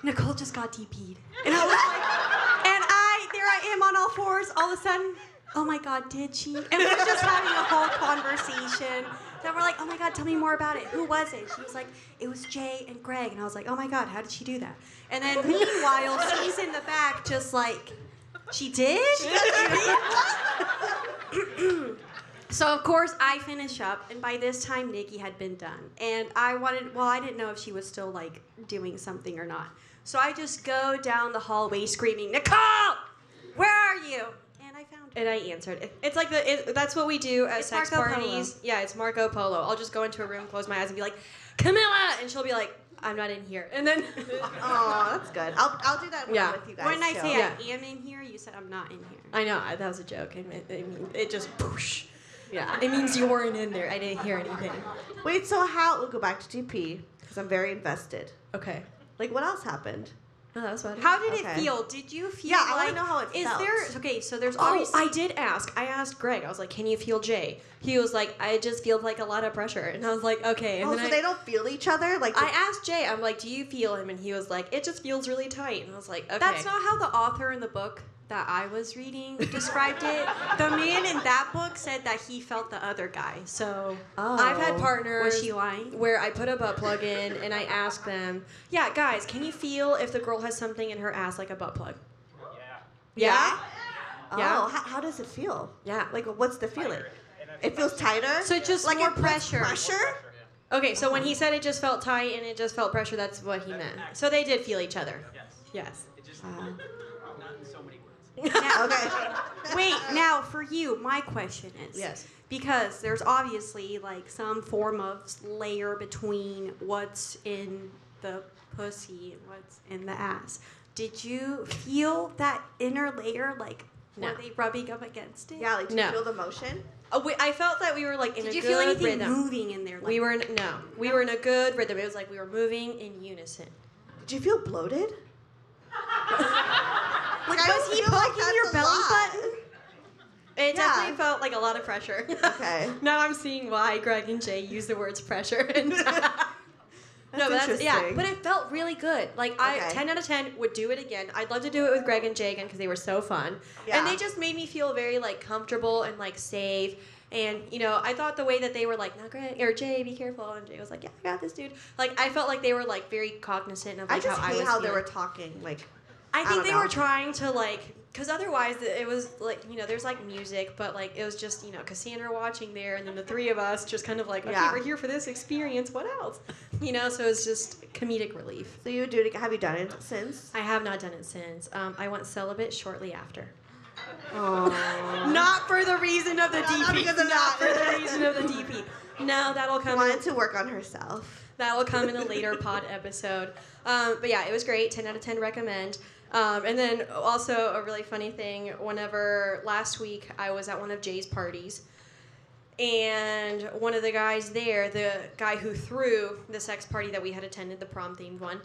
I: Nicole just got DP'd, and I was like, and I there I am on all fours. All of a sudden, oh my God, did she? And we were just having a whole conversation. Then we're like, oh my God, tell me more about it. Who was it? She was like, it was Jay and Greg, and I was like, oh my God, how did she do that? And then meanwhile, she's in the back just like, she did. She got DP'd? So of course I finish up, and by this time Nikki had been done, and I wanted. Well, I didn't know if she was still like doing something or not. So I just go down the hallway screaming, "Nicole, where are you?" And I found.
B: And I answered. It- It's like the it, that's what we do at
I: It's
B: sex
I: Marco Polo.
B: parties. Yeah, it's Marco Polo. I'll just go into a room, close my eyes, and be like, Camilla, and she'll be like, I'm not in here. And then,
H: oh, that's good. I'll, I'll do that when
B: Yeah.
H: I'm with you guys.
B: When I
H: too.
B: say I Yeah.
I: I am in here. You said I'm not in here.
B: I know I, that was a joke. It, it, it, mean- it just poosh. Yeah, it means you weren't in there. I didn't hear anything.
H: Wait, so how? We'll go back to DP because I'm very invested.
B: Okay.
H: Like, what else happened?
B: No, that was about it.
I: How did
H: Okay.
I: it feel? Did you feel?
H: Yeah, I
I: like,
H: wanna know how it
I: is
H: felt.
I: there? Okay, so there's
B: Oh,
I: obviously.
B: I did ask. I asked Greg. I was like, "Can you feel Jay?" He was like, "I just feel like a lot of pressure," and I was like, "Okay." And
H: oh,
B: then
H: so
B: I,
H: they don't feel each other? Like,
B: I asked Jay. I'm like, "Do you feel him?" And he was like, "It just feels really tight." And I was like, "Okay."
I: That's not how the author in the book that I was reading described it. The man in that book said that he felt the other guy. So
B: I've had partners.
I: Was she lying?
B: Where I put a butt plug in and I ask them, "Yeah, guys, can you feel if the girl has something in her ass like a butt plug?" Yeah.
H: oh,
B: Yeah.
H: How, how does it feel?
B: Yeah.
H: Like, what's the feeling? It feels tighter.
B: So just
H: like
B: more
H: it puts
B: pressure.
H: Pressure.
B: Okay, so when he said it just felt tight and it just felt pressure, that's what he meant. So they did feel each other. Yes. Uh-huh.
L: not in so many words.
I: Wait, now for you, my question is
B: Yes.
I: Because there's obviously like some form of layer between what's in the pussy and what's in the ass. Did you feel that inner layer? Like,
B: No.
I: were they rubbing up against it?
H: Yeah, like do
B: No.
H: you feel the motion?
B: Oh, we, I felt that we were like in
I: Did
B: a
I: you
B: good
I: feel anything
B: rhythm.
I: moving in there? Like,
B: we were in, no, we were in a good rhythm. It was like we were moving in unison.
H: Did you feel bloated? like
I: was
H: I don't
I: he
H: feel like
I: poking your
H: that's a
I: belly
H: lot.
I: button?
B: It
H: Yeah.
B: definitely felt like a lot of pressure.
H: Okay.
B: now I'm seeing why Greg and Jay use the words pressure and. no, but that's yeah,
H: interesting.
B: but it felt really good. Like I,
H: Okay.
B: ten out of ten would do it again. I'd love to do it with Greg and Jay again because they were so fun,
H: Yeah.
B: and they just made me feel very like comfortable and like safe. And you know, I thought the way that they were like, "Now, Greg or Jay, be careful," and Jay was like, "Yeah, I got this, dude." Like I felt like they were like very cognizant of
H: I
B: like
H: just
B: how I
H: hate
B: was
H: how they
B: feeling.
H: were talking. Like
B: I think
H: don't
B: they
H: know.
B: were trying to like, cause otherwise th- it was like you know there's like music, but like it was just you know Cassandra watching there, and then the three of us just kind of like okay
H: Yeah.
B: we're here for this experience. What else? You know, so it's just comedic relief.
H: So you would do it again. Have you done it since?
B: I have not done it since. Um, I went celibate shortly after.
H: Oh.
B: Not for the reason of the
H: No,
B: DP.
H: not because
B: Not
H: of that.
B: for the reason of the DP. No, that'll
H: She
B: come. in-
H: wanted to work on herself.
B: that will come in a later pod episode. Um, but yeah, it was great. 10 out of 10 recommend. Um, and then also a really funny thing whenever last week I was at one of Jay's parties, and one of the guys there, the guy who threw the sex party that we had attended, the prom themed one,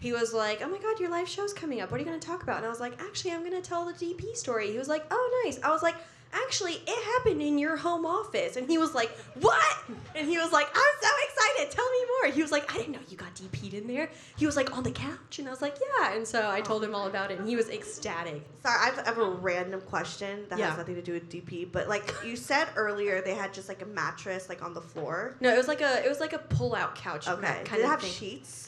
B: he was like, Oh my God, your live show's coming up. What are you going to talk about? And I was like, Actually, I'm going to tell the DP story. He was like, Oh, nice. I was like, Actually, it happened in your home office. And he was like, What? And he was like, I'm so excited. Tell me more. He was like, I didn't know you got DP'd in there. He was like, On the couch. And I was like, Yeah. And so I told him all about it, and he was ecstatic.
H: Sorry, I have, I have a random question that
B: Yeah.
H: has nothing to do with DP. But like you said earlier, they had just like a mattress like on the floor.
B: No, it was like a it was like a pull out couch.
H: Okay.
B: kind
H: Did it
B: of
H: have
B: thing.
H: sheets?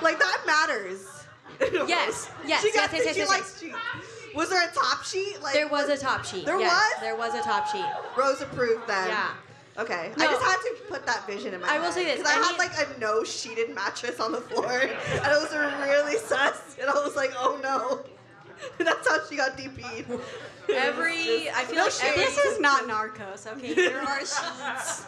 H: like that matters.
B: Yes, yes,
H: she
B: yes, yes,
H: got she
B: yes, yes,
H: likes sheets. Was there a top sheet? Like
B: There was a top sheet.
H: There
B: yes,
H: was?
B: There was a top sheet.
H: Rose approved then.
B: Yeah.
H: Okay.
B: No.
H: I just had to put that vision in my
B: I will say this,
H: Because I,
B: I
H: had
B: need-
H: like a no sheeted mattress on the floor. and it was really sus. And I was like, oh no. That's how she got DP'd.
B: Every I feel
H: No
B: like
H: shade.
B: every,
H: This is
B: not
H: Oh,
B: Narcos. Okay, there are sheets.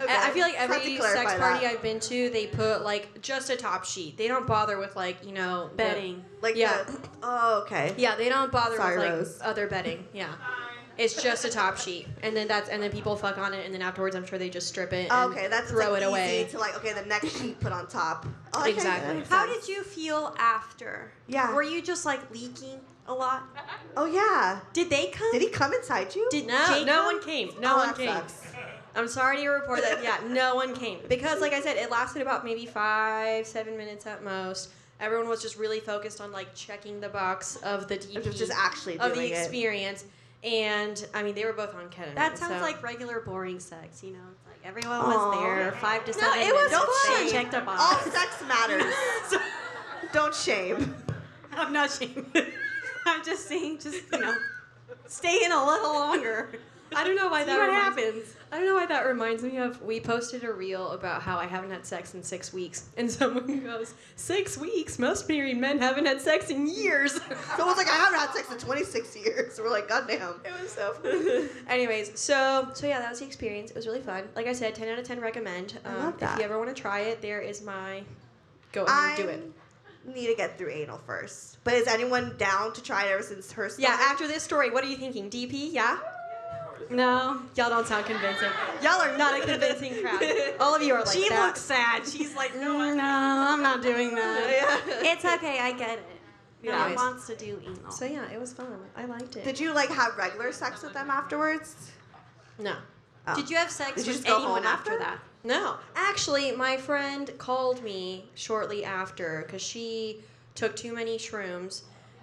B: I I feel like
H: Just had to
B: every
H: clarify
B: sex party
H: that.
B: I've been to, they put like just a top sheet. They don't bother with like you know the-
H: Bedding. Like
B: yeah,
H: the- oh, okay.
B: yeah. They don't bother
H: Sorry,
B: with like
H: Rose.
B: other bedding. Yeah. It's just a top sheet, and then that's and then people fuck on it, and then afterwards, I'm sure they just strip it. And
H: Oh, okay, that's
B: throw
H: like
B: it
H: easy
B: away.
H: To like, okay, the next sheet put on top. Okay,
B: Exactly.
H: that makes
I: How
H: sense.
I: did you feel after?
H: Yeah.
I: Were you just like leaking a lot?
H: Oh yeah.
I: Did they come?
H: Did he come inside you?
B: Did no,
I: Jake
B: no
I: come?
B: one came. No
H: Oh,
B: one
H: that
B: came.
H: sucks.
B: I'm sorry to report that. Yeah, no one came because, like I said, it lasted about maybe five, seven minutes at most. Everyone was just really focused on like checking the box of the DP,
H: just actually
B: of
H: doing
B: the
H: it.
B: experience. And I mean, they were both on ketamine.
I: That sounds
B: so-
I: like regular boring sex, you know? It's like everyone was
B: Aw.
I: there, five to
B: No,
I: seven.
B: it was
I: minutes.
B: fun.
I: They checked a
H: All
I: box.
H: sex matters. Don't shame.
I: I'm not shaming. I'm just saying, just you know, stay in a little longer.
B: I don't know why
I: See
B: that
I: what
B: reminds-
I: happens.
B: I don't know why that reminds me of. We posted a reel about how I haven't had sex in six weeks, and someone goes, six weeks? Most married men haven't had sex in years."
H: Someone's like, I haven't had sex in 26 years. We're like, God damn.
B: It was so fun. Anyways, so so yeah, that was the experience. It was really fun. Like I said, ten out of ten recommend. Um,
H: love
B: If
H: that.
B: you ever want to try it, there is my. Go ahead and do it.
H: Need to get through anal first. But is anyone down to try it ever since her
B: Yeah.
H: stomach?
B: After this story, what are you thinking? DP? Yeah. No, y'all don't sound convincing. Y'all are not a convincing crowd. All of you are like
I: she
B: that.
I: looks sad. She's like, no, no, I'm not doing that. It's okay. I get it. No one
B: Anyways.
I: wants to do anal.
B: So yeah, it was fun. I liked it.
H: Did you like have regular sex with them afterwards?
B: No.
H: Oh.
I: Did you have sex
H: Did you
I: with
H: just go
I: anyone
H: home
I: after
H: after?
I: that?
B: No, actually, my friend called me shortly after because she took too many shrooms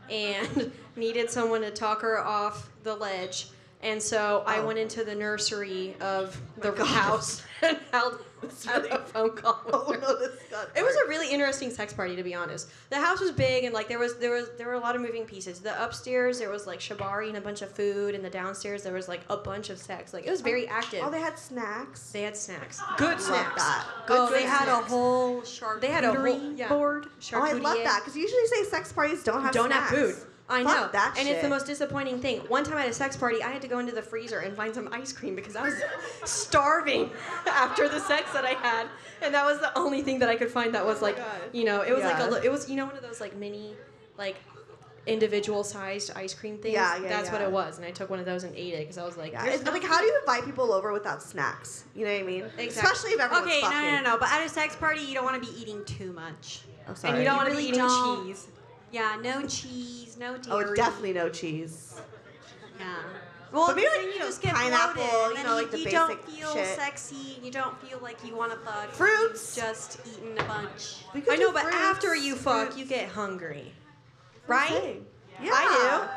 B: and needed someone to talk her off the ledge. And so
H: Oh.
B: I went into the nursery of the house and held had a phone call. with
H: Oh
B: her.
H: no, this got.
B: It was a really interesting sex party, to be honest. The house was big, and like there was there was there were a lot of moving pieces. The upstairs there was like shibari and a bunch of food, and the downstairs there was like a bunch of sex. Like it was very active.
H: Oh, they had snacks.
B: They had snacks. Good
H: Love
B: snacks.
H: that.
B: oh,
H: Good
B: they had a
H: snacks.
B: whole shark. They had a whole yeah.
I: board.
H: Oh, I love
B: charcuterie.
H: that because usually say sex parties don't have
B: Don't
H: snacks.
B: have food. I
H: Fuck
B: know.
H: that
B: and it's
H: shit.
B: the most disappointing thing. One time at a sex party, I had to go into the freezer and find some ice cream because I was starving after the sex that I had, and that was the only thing that I could find that was like, you know, it was like
H: Yeah.
B: a, li- it was you know one of those like mini, like individual sized ice cream things.
H: Yeah, yeah,
B: That's what
H: yeah.
B: it was, and I took one of those and ate it because I was like,
H: Yeah,
B: "There's
H: it's like how do you invite people over without snacks? You know what I mean? Especially if everyone's
I: Okay, no,
H: fucking.
I: no, no, no. But at a sex party, you don't want to be eating too much.
H: I'm sorry.
B: you don't wanna be
I: really
B: eating
I: don't.
B: cheese.
I: Yeah, no cheese, no
H: Oh,
I: dairy.
H: definitely no cheese.
I: Yeah. Well,
H: But maybe,
I: then
H: like,
I: you
H: you know,
I: just get
H: pineapple,
I: bloated,
H: you
I: and
H: know,
I: then
H: like the
I: you don't
H: basic
I: feel
H: shit.
I: sexy. You don't feel like you want to fuck.
H: Fruits.
I: You've just eaten a bunch.
H: We could
B: I know,
H: do
B: but
H: fruits.
B: after you fuck, you get hungry, right?
H: Yeah.
B: I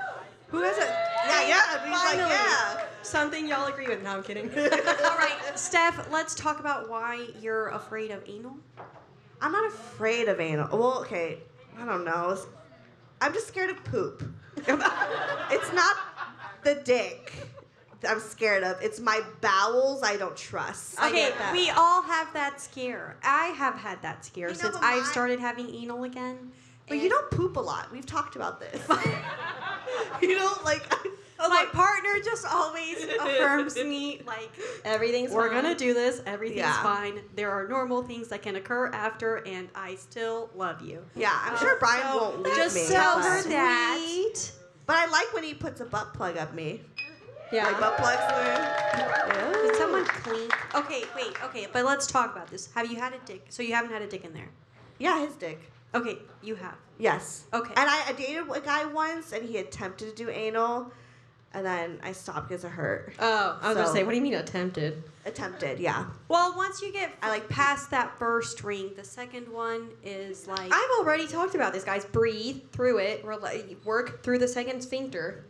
B: do. Who has it?
H: Yeah, yeah. He's like, yeah.
B: Something y'all agree with? No, I'm kidding.
I: All right, Uh, Steph. Let's talk about why you're afraid of anal.
H: I'm not afraid of anal. Well, okay. I don't know. It's- I'm just scared of poop. it's not the dick that I'm scared of. It's my bowels I don't trust.
I: Okay, we all have that scare. I have had that scare
H: You know,
I: since
H: but
I: I've
H: my-
I: started having anal again.
H: But you don't poop a lot. We've talked about this. you don't like.
I: My partner just always affirms me, like,
B: Everything's.
I: we're
B: fine.
I: gonna do this, everything's
H: Yeah.
I: fine. There are normal things that can occur after, and I still love you.
H: yeah, I'm sure Brian won't leave
I: just
H: me.
I: tell
H: but-
I: her that.
H: But I like when he puts a butt plug up me.
B: Yeah.
H: Like butt plugs. in.
I: Did someone clink? Okay, wait, okay, but let's talk about this. Have you had a dick? So you haven't had a dick in there?
H: Yeah, his dick.
I: Okay, you have.
H: Yes.
I: Okay.
H: And I, I dated a guy once, and he attempted to do anal, and then I stopped because it hurt.
B: oh, I was gonna
H: So-
B: say, what do you mean attempted?
H: Attempted, yeah.
I: Well, once you get
H: I like-
I: past that first ring, the second one is like
B: I've already talked about this, guys. Breathe through it. Rel- work through the second sphincter,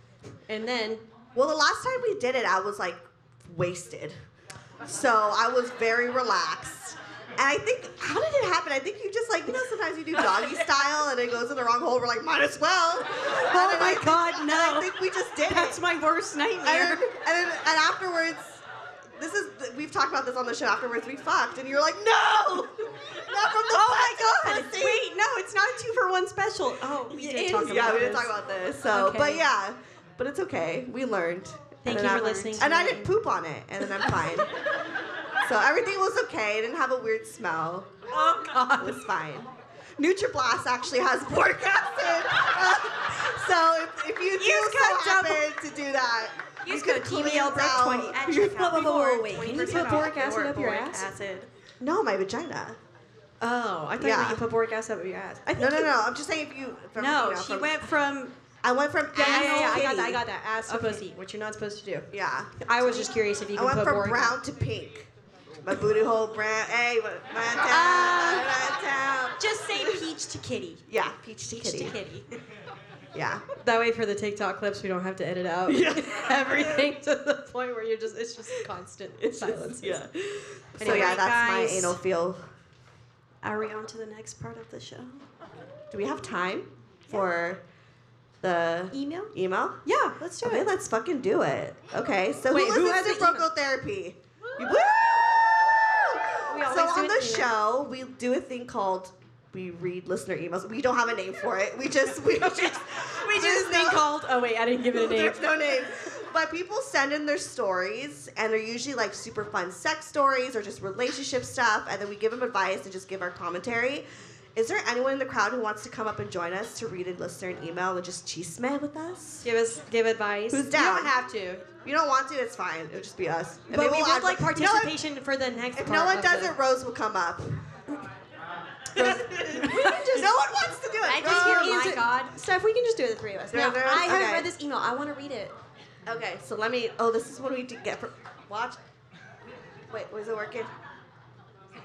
B: and then
H: Well, the last time we did it, I was like wasted, so I was very relaxed. And I think, how did it happen? I think you just like, you know, sometimes you do doggy style and it goes in the wrong hole. We're like, might as well.
B: Oh
H: And then
B: my
H: I think-
B: God,
H: and
B: no.
H: I think we just did.
B: That's
H: it.
B: my worst nightmare.
H: And, then- and, then, and afterwards, this is th- we've talked about this on the show. Afterwards, we fucked, and you were like, no, not from the
B: Oh my god!
H: butt to the pussy.
B: Wait, no, it's not a two for one special. Oh, we
H: It
B: did
H: is-
B: talk about
H: yeah, we
B: this.
H: did talk about this. So,
B: Okay.
H: but yeah, but it's okay. We learned.
B: Thank
H: then
B: you for
H: I learned.
B: listening to
H: And I
B: me.
H: didn't poop on it, and then I'm fine. so everything was okay. It didn't have a weird smell. Oh God, it was fine. NutriBlast actually has boric acid, so if, if you do
B: Use
H: so
B: code double-
H: happen to do that,
B: Use
H: you
B: code
H: can cleanse
B: TBL Brooke
H: out
B: 20 at
H: your-
B: checkout
H: Whoa, whoa, whoa, whoa,
B: for
H: wait, can you
B: 20%
H: put boric
B: off
H: acid
B: your
H: up your
B: boric
H: ass?
B: acid.
H: No, my vagina.
B: Oh, I thought
H: Yeah.
B: you put boric acid up your ass. I
H: No,
B: think
H: no,
B: you-
H: no. I'm just saying if you. From,
B: No,
H: you know,
B: she
H: from-
B: went from.
H: I went from
B: Yeah,
H: ass
B: yeah, yeah, I got that.
H: to
B: I
H: titty.
B: got that. Ass to
H: Okay.
B: pussy, which you're not supposed to do.
H: Yeah.
B: I was just curious if you
H: I
B: can
H: went
B: put
H: from
B: boric.
H: brown to pink. My booty hole brown. Hey, my my town, my town.
B: Just say peach to kitty.
H: Yeah, peach to
B: Peach
H: kitty.
B: to kitty.
H: Yeah.
B: That way, for the TikTok clips, we don't have to edit out
H: Yeah.
B: everything to the point where you're just it's just constant silence.
H: yeah. so
B: Anyway,
H: yeah, that's my
B: guys.
H: anal feel.
B: Are we on to the next part of the show?
H: Do we have time for the
B: Email?
H: email?
B: Yeah, let's do
H: Okay,
B: it.
H: let's fucking do it. Okay, so
B: Wait,
H: who
B: who
H: listens
B: has
H: to
B: the email?
H: Broco Therapy? You- Woo!
B: We always
H: So
B: do
H: on
B: an
H: the
B: email.
H: show, we do a thing called we read listener emails. We don't have a name for it. We just we just
B: We
H: there's
B: just been
H: no-
B: called. Oh wait, I didn't give it a name.
H: There's no name. But people send in their stories, and they're usually like super fun sex stories or just relationship stuff, and then we give them advice and just give our commentary. Is there anyone in the crowd who wants to come up and join us to read a listener an email and just chisme with us?
B: Give us give advice.
H: Who's
B: You
H: down?
B: don't have to,
H: You don't want to, it's fine. It'll just be us. And
B: but we
H: maybe we'll
B: would
H: add-
B: like
H: You know what?
B: participation for the next.
H: If
B: part
H: no one
B: of
H: does
B: the-
H: it, Rose will come up. Rose- no one wants to do it.
B: I just
H: Rose
B: hear
H: is
B: my
H: it-
B: God. Steph, we can just do it the three of us.
H: Yeah,
B: No,
H: there-
B: I haven't
H: okay.
B: read this email. I want to read it.
H: Okay, so let me. Oh, this is what we did get for watch. Wait, was it working? Hey,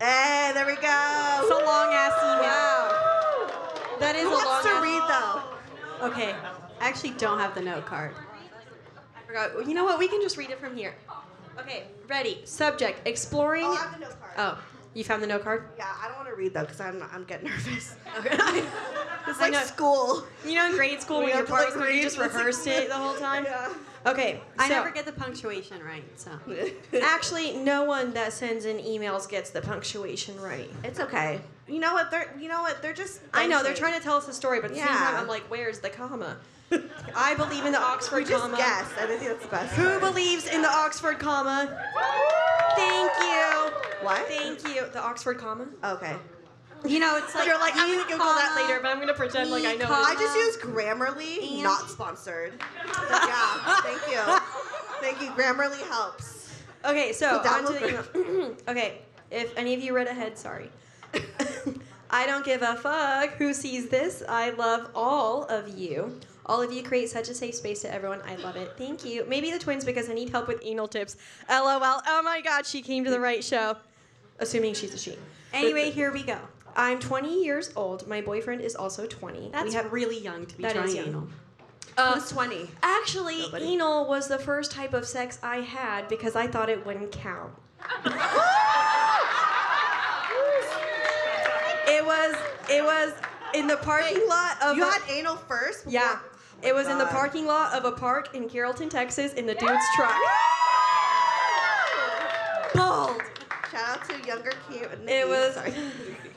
H: Eh, there we go.
B: It's a long ass email. That is
H: Who
B: a
H: wants
B: long
H: to
B: ass-
H: read though?
B: Okay, I actually don't have the note card. I forgot. You know what? We can just read it from here. Okay, ready. Subject: Exploring.
H: Oh, I have the note card.
B: Oh, you found the note card.
H: Yeah, I don't want to read though because I'm I'm getting nervous.
B: Okay.
H: It's
B: I
H: like
B: know.
H: school.
B: You know, in grade school
H: We
B: when your
H: have to,
B: part
H: like,
B: was when you
H: read
B: just
H: what's-
B: rehearsed it the whole time.
H: Yeah.
B: Okay,
A: I
B: so-
A: never get the punctuation right, so.
B: Actually, no one that sends in emails gets the punctuation right.
H: It's okay. You know what? They're you know what? They're just.
B: I know they're trying to tell us a story, but at the same time,
H: Yeah.
B: I'm like, where's the comma? I believe in the Oxford
H: We just
B: comma.
H: guess, and I think that's the best.
B: Who
H: part.
B: believes in the Oxford comma? Thank you.
H: What?
B: Thank you. The Oxford comma.
H: Okay.
B: You know, it's like
H: You're like, I'm
B: you
H: gonna Google that
B: comma,
H: later,
B: but I'm gonna pretend like I me know.
H: I
B: it.
H: just use Grammarly,
B: And-
H: not sponsored. But yeah, thank you. Thank you. Grammarly helps.
B: Okay, so,
H: So
B: onto the
H: download
B: email. okay, if any of you read ahead, sorry. I don't give a fuck who sees this. I love all of you. All of you create such a safe space to everyone. I love it. Thank you. Maybe the twins because I need help with anal tips. LOL. Oh my god, she came to the right show. Assuming she's a she. Anyway, here we go. I'm 20 years old. My boyfriend is also 20.
A: That's
B: we have
A: really young to be
B: That
A: trying
B: is young. Uh,
A: anal.
H: Who's 20?
B: Actually,
H: Nobody.
B: anal was the first type of sex I had because I thought it wouldn't count. it was it was in the parking lot of
H: You
B: a-
H: had anal first? before-
B: yeah. It was in the
H: God.
B: parking lot of a park in Carrollton, Texas, in the dude's truck. Bald.
H: Shout out to younger Kim.
B: It was.
H: Sorry.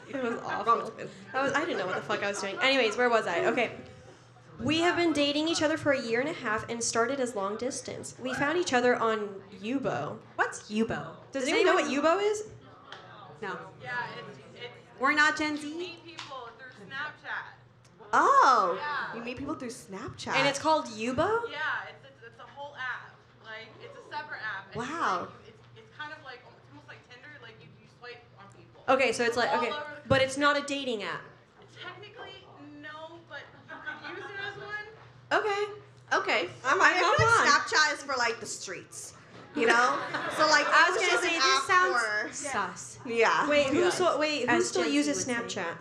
B: It was awful. That was. I didn't know what the fuck I was doing. Anyways, where was I? Okay. We have been dating each other for a year and a half and started as long distance. We found each other on Yubo.
A: What's Yubo?
B: Does, anyone know what Yubo is?
A: No.
F: Yeah, it's, it's
A: We're not Gen Z.
F: meet people through Snapchat.
H: Oh,
F: Yeah.
H: you meet people through Snapchat.
B: And it's called Yubo?
F: Yeah, it's, it's, it's a whole app. Like, it's a separate app. and it's
H: Wow.
F: like- It's, it's kind of like, it's almost like Tinder, like you, you swipe on people.
B: Okay, so it's like
F: All
B: okay,
F: over-
B: but it's not a dating app.
F: Technically, no, but you could use it as one.
B: Okay.
H: okay.
B: All
H: I'm
B: right,
H: I
B: go
H: feel like
B: on.
H: Snapchat is for like the streets, you know? so like,
B: I was
H: it's
B: gonna
H: just
B: say
H: an
B: this
H: app
B: sounds
H: for-
A: Sus.
H: yeah.
B: Wait, who so, wait, who
A: As
B: still
A: Gen Z
B: uses
A: would say.
B: Snapchat?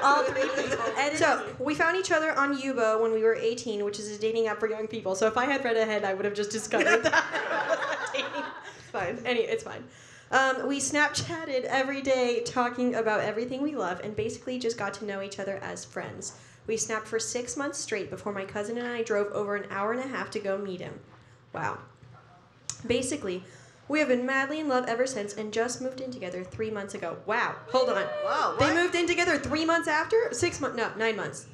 B: All three people. So we found each other on Yubo when we were 18, which is a dating app for young people. So if I had read ahead, I would have just discovered that. it was a dating app. fine. Any, it's fine. Um, we Snapchatted every day, talking about everything we love, and basically just got to know each other as friends. We snapped for six months straight before my cousin and I drove over an hour and a half to go meet him. Wow. Basically, we have been madly in love ever since and just moved in together three months ago. Wow. Hold on.
H: Wow,
B: They
H: what?
B: moved in together three months after? Six months? No, nine months.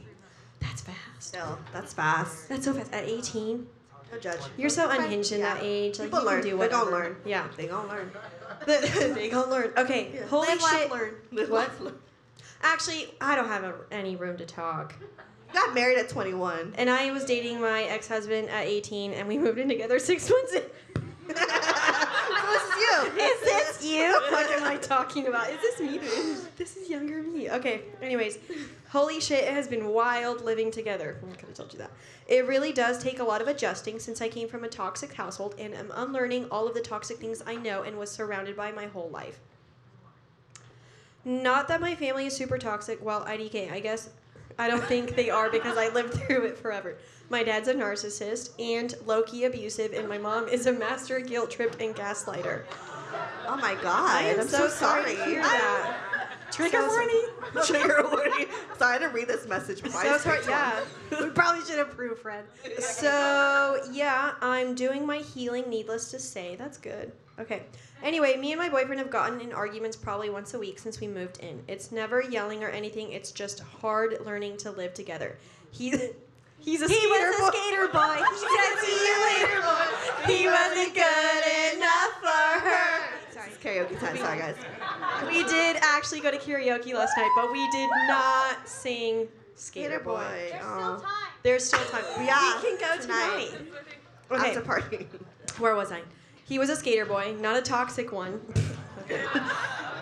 B: That's fast.
H: Still, that's fast.
B: That's so fast. At 18?
H: No judge.
B: You're so
H: Fine.
B: unhinged in that
H: Yeah.
B: age. Like,
H: People
B: you can
H: learn.
B: do
H: They
B: whatever.
H: gonna learn.
B: Yeah.
H: They gonna learn.
B: they gonna learn. Okay.
H: Yeah.
B: Holy
H: Live, laugh,
B: shit.
H: learn. Live,
B: What?
H: laugh, learn.
B: Actually, I don't have a, any room to talk.
H: Got married at 21.
B: And I was dating my ex-husband at 18, and we moved in together six months in.
H: this is you.
B: Is this you? What am I talking about? Is this me? This is younger me. Okay. Anyways, holy shit, it has been wild living together. Oh, I could have told you that. It really does take a lot of adjusting since I came from a toxic household and am unlearning all of the toxic things I know and was surrounded by my whole life. Not that my family is super toxic. Well, IDK, I guess I don't think they are because I lived through it forever. My dad's a narcissist and low-key abusive, and my mom is a master guilt trip and gaslighter.
H: Oh my god.
B: I am
H: am
B: so
H: sorry.
B: sorry to hear that. Trigger
H: So sorry. Trigger warning. Sorry, I didn't read this message. before I
B: So sorry.
H: picked
B: Yeah,
H: one.
B: we probably should have proofread. So yeah, I'm doing my healing. Needless to say, that's good. Okay. Anyway, me and my boyfriend have gotten in arguments probably once a week since we moved in. It's never yelling or anything. It's just hard learning to live together. He. He's a
I: He
B: skater
I: was a
B: boy.
I: skater boy. He said, "See you later, boy."
B: He wasn't good enough for her.
H: Sorry. It's karaoke time. Sorry, guys.
B: We did actually go to karaoke last night, but we did not sing Skater, Boy.
H: Oh.
B: There's still time.
H: Yeah,
B: we can go
H: tonight.
B: tonight. Okay.
H: After party.
B: Where was I? He was a skater boy, not a toxic one.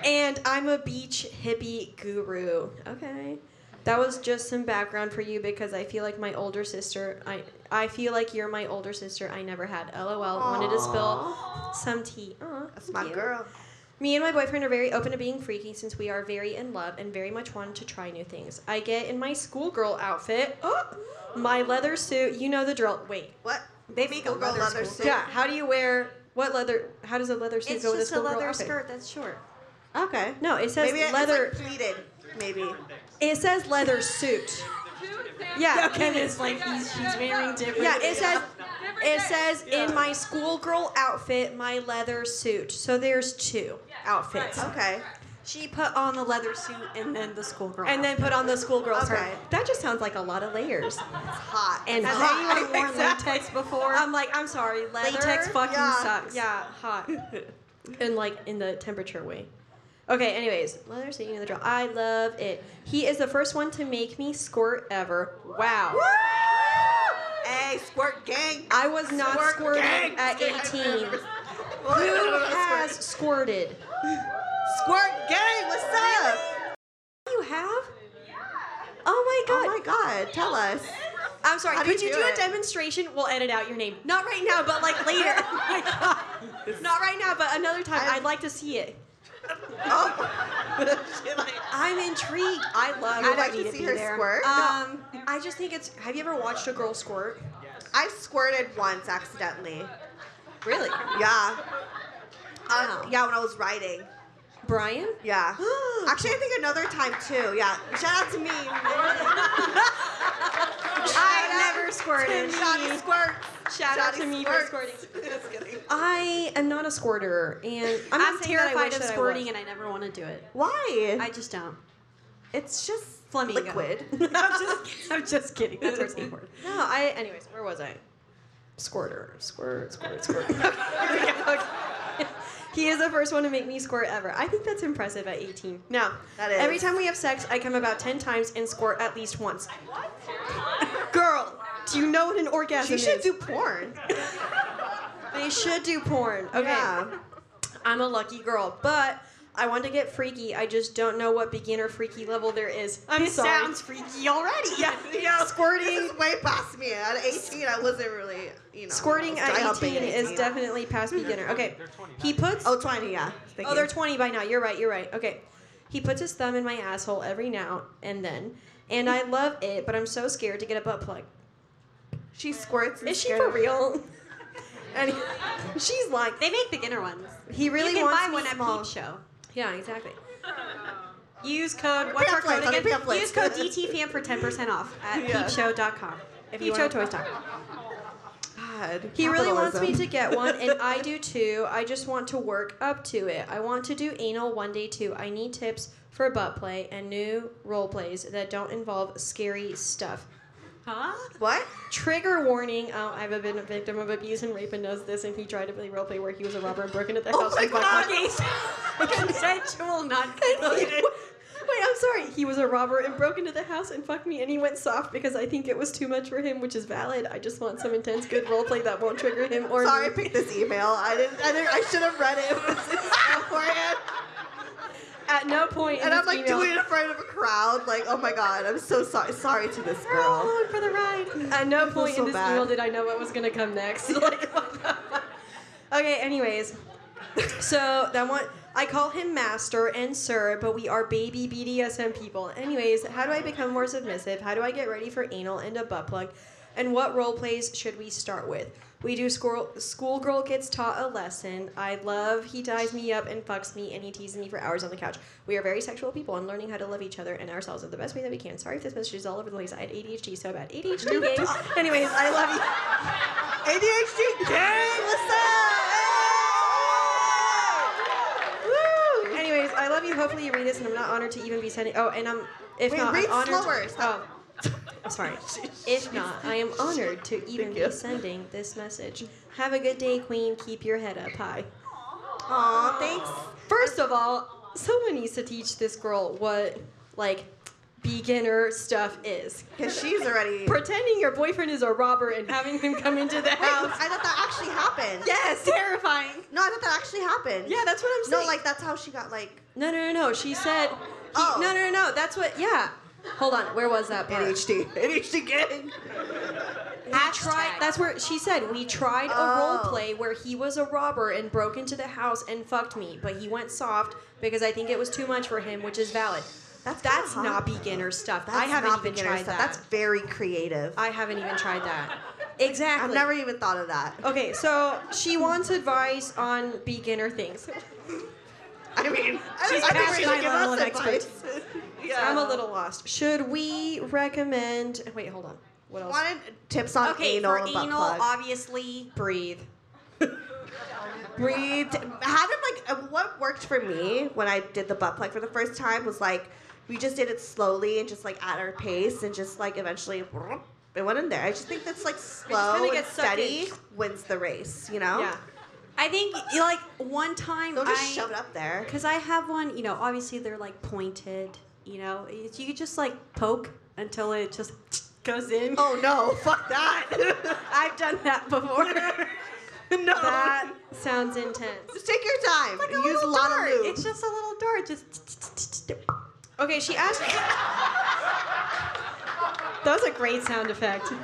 B: and I'm a beach hippie guru. Okay. That was just some background for you because I feel like my older sister. I I feel like you're my older sister. I never had. LOL. Wanted to spill some tea. Aw,
H: That's
B: thank
H: my
B: you.
H: girl.
B: Me and my boyfriend are very open to being freaky since we are very in love and very much want to try new things. I get in my schoolgirl outfit, oh, my leather suit. You know the drill. Wait,
H: What?
B: they make
H: Schoolgirl
B: school-
H: leather suit?
B: Yeah. How do you wear what leather? How does a leather suit
I: It's
B: go with a
I: just a
B: schoolgirl
I: leather
B: outfit?
I: skirt that's short.
H: Okay.
B: No, it says
H: maybe
B: leather.
H: It's like pleated. Maybe.
B: it says leather suit. Yeah, Kim is like he's, she's wearing different. Yeah, it says it says in my schoolgirl outfit, my leather suit. So there's two outfits.
H: Okay.
B: She put on the leather suit and then the schoolgirl. And then put on the schoolgirl skirt.
H: Okay.
B: That just sounds like a lot of layers.
H: Hot.
B: And
H: That's
B: hot.
H: hot.
B: anyone worn
H: Exactly.
B: latex before? I'm like, I'm sorry, leather.
I: Latex fucking
B: yeah.
I: sucks.
B: Yeah, hot. and like in the temperature way. Okay, anyways, leather suit, you know the drill. I love it. He is the first one to make me squirt ever. Wow.
H: Hey, squirt gang.
B: I was not
H: Squirt
B: squirting
H: gang.
B: at 18.
H: Well, I don't know
B: Who
H: about
B: has squirted?
H: Squirt gang, what's up?
B: You have? Oh my god.
H: Oh my god, tell us.
B: I'm sorry.
H: How do
B: could
H: you
B: you
H: do
B: do,
H: it?
B: a demonstration? We'll edit out your name. Not right now, but like later. Oh my God. Not right now, but another time. i would like to see it.
H: Oh. She like-
B: I'm intrigued. I love.
H: I'd
B: it. I
H: like to
B: need
H: see
B: be
H: her
B: there.
H: squirt.
B: Um, I just think it's. Have you ever watched a girl squirt?
H: I squirted once accidentally.
B: Really,
H: Yeah. Uh,
B: Wow.
H: yeah, when I was riding.
B: Brian?
H: Yeah. Actually, I think another time too. Yeah. Shout out to me.
B: I never squirted.
H: Shoddy squirt.
B: Shout out to me for squirting.
H: Just kidding.
B: I am not a squirter, and I'm,
I: I'm,
B: not saying that I
I: terrified
B: wish
I: of
B: that I was.
I: squirting and I never want to do it.
H: Why?
I: I just don't.
H: it's just
I: Flamingo.
H: liquid.
B: I'm just-
I: I'm just kidding. That's our safe word.
B: No, I. Anyways, where was I? Squirter, squirt, squirt, squirt. Okay, here we go. Okay. He is the first one to make me squirt ever. I think that's impressive at 18. Now,
H: That is.
B: every time we have sex, I come about 10 times and squirt at least once. Girl, do you know what an orgasm
H: She
B: is?
H: should do porn.
B: They should do porn. Okay.
H: Yeah.
B: I'm a lucky girl, but I want to get freaky. I just don't know what beginner freaky level there is. I'm
I: This
B: sorry.
I: sounds freaky already.
B: yeah,
H: This
B: squirting.
H: is way past me. At 18, I wasn't really, you know.
B: Squirting
H: I was dry
B: at
H: humping
B: 18 is
H: yeah.
B: definitely past beginner. Okay. He puts.
H: Oh, 20, yeah. Thank
B: Oh,
H: you.
B: they're 20 by now. You're right. You're right. Okay. He puts his thumb in my asshole every now and then, and I love it, but I'm so scared to get a butt plug.
H: She squirts. and
B: Is she
H: scared
B: for
H: of-
B: real? And she's like, they make beginner ones. He really
I: You can
B: wants
I: buy
B: me
I: one at
B: small.
I: Peep Show.
B: Yeah, exactly. Use code. What's our
I: Pamphlet,
B: code again?
I: pamphlet.
B: Use code DTFAM for ten percent off at
I: Yeah.
B: peepshow.com.
I: If
B: If
I: you
B: you
I: wanna-
H: God,
B: He really wants me to
H: capitalism.
B: get one, and I do too. I just want to work up to it. I want to do anal one day too. I need tips for butt play and new role plays that don't involve scary stuff. Huh?
H: What?
B: Trigger warning. Oh, I've been a victim of abuse and rape and knows this, and he tried to play role play where he was a robber and broke into the
I: Oh
B: house
I: my
B: with
I: God.
B: Consensual, not completed. Wait, I'm sorry. He was a robber and broke into the house and fucked me, and he went soft because I think it was too much for him, which is valid. I just want some intense good roleplay that won't trigger him or
H: Sorry, I
B: me.
H: picked this email. I didn't. I, didn't, I should have read it beforehand.
B: At no point. in
H: And I'm
B: this
H: like
B: email-
H: doing it in front of a crowd. Like, oh my god, I'm so sorry. Sorry to this
B: We're all
H: girl.
B: along for the ride. At no
H: feel
B: point
H: so
B: in this
H: bad.
B: email did I know what was gonna come next. Like, what the fuck? okay, anyways. So that one, I call him master and sir, but we are baby BDSM people. Anyways, how do I become more submissive? How do I get ready for anal and a butt plug? And what role plays should we start with? We do squirrel, schoolgirl gets taught a lesson. I love he ties me up and fucks me and he teases me for hours on the couch. We are very sexual people and learning how to love each other and ourselves in the best way that we can. Sorry if this message is all over the place. I had ADHD so bad. ADHD games. Anyways, I love you. ADHD gang, what's up? Woo! Anyways, I love you. Hopefully you read this, and I'm not honored to even be sending. Oh, and I'm if
H: Wait,
B: not,
H: read
B: I'm honored.
H: slower.
B: To, oh, I'm sorry. If not, I am honored to even be sending this message. Have a good day, Queen. Keep your head up high. Aw, thanks. First of all, someone needs to teach this girl what like beginner stuff is.
H: Because she's already.
B: Pretending your boyfriend is a robber and having him come into the house.
H: I thought that actually happened.
B: Yes, terrifying.
H: No, I thought that actually happened.
B: Yeah, that's what I'm
H: No,
B: saying.
H: like that's how she got like.
B: No, no, no, no. She said. He,
H: Oh.
B: No, no, no, no. That's what. Yeah. Hold on. Where was that part? ADHD. ADHD gang. I tried. That's where she said we tried a
H: Oh.
B: role play where he was a robber and broke into the house and fucked me, but he went soft because I think it was too much for him, which is valid. That's that's
H: hot,
B: not beginner stuff.
H: That's
B: I haven't
H: not
B: even
H: beginner
B: tried
H: stuff.
B: that.
H: That's very creative.
B: I haven't even tried that. Exactly.
H: I've never e- even thought of that.
B: Okay, so she wants advice on beginner things.
H: I mean,
B: She's
H: I think we
B: passionate.
H: should
B: I'm
H: give
B: not
H: us
B: an expert.
H: advice.
B: I'm a little lost. Should we recommend? Wait, hold on. What else?
H: Wanted tips on
B: okay,
H: anal
B: for
H: and butt
B: anal,
H: plug.
B: obviously, breathe.
H: breathed. Had him like uh, what worked for me when I did the butt plug for the first time was like we just did it slowly and just like at our pace and just like eventually it went in there. I just think that's like slow
B: kinda
H: and
B: gets sucked
H: steady
B: in.
H: wins the race. You know?
B: Yeah. I think like one time
H: Don't just
B: I
H: shove it up there.
B: because I have one. You know, obviously they're like pointed. You know, it's, you could just like poke until it just goes in.
H: Oh no! Fuck that!
B: I've done that before. no, that sounds intense.
H: just take your time.
B: Like a
H: Use a
B: little
H: lot
B: dart.
H: of lube.
B: It's just a little dart. Just. Okay, she asked. that was a great sound effect.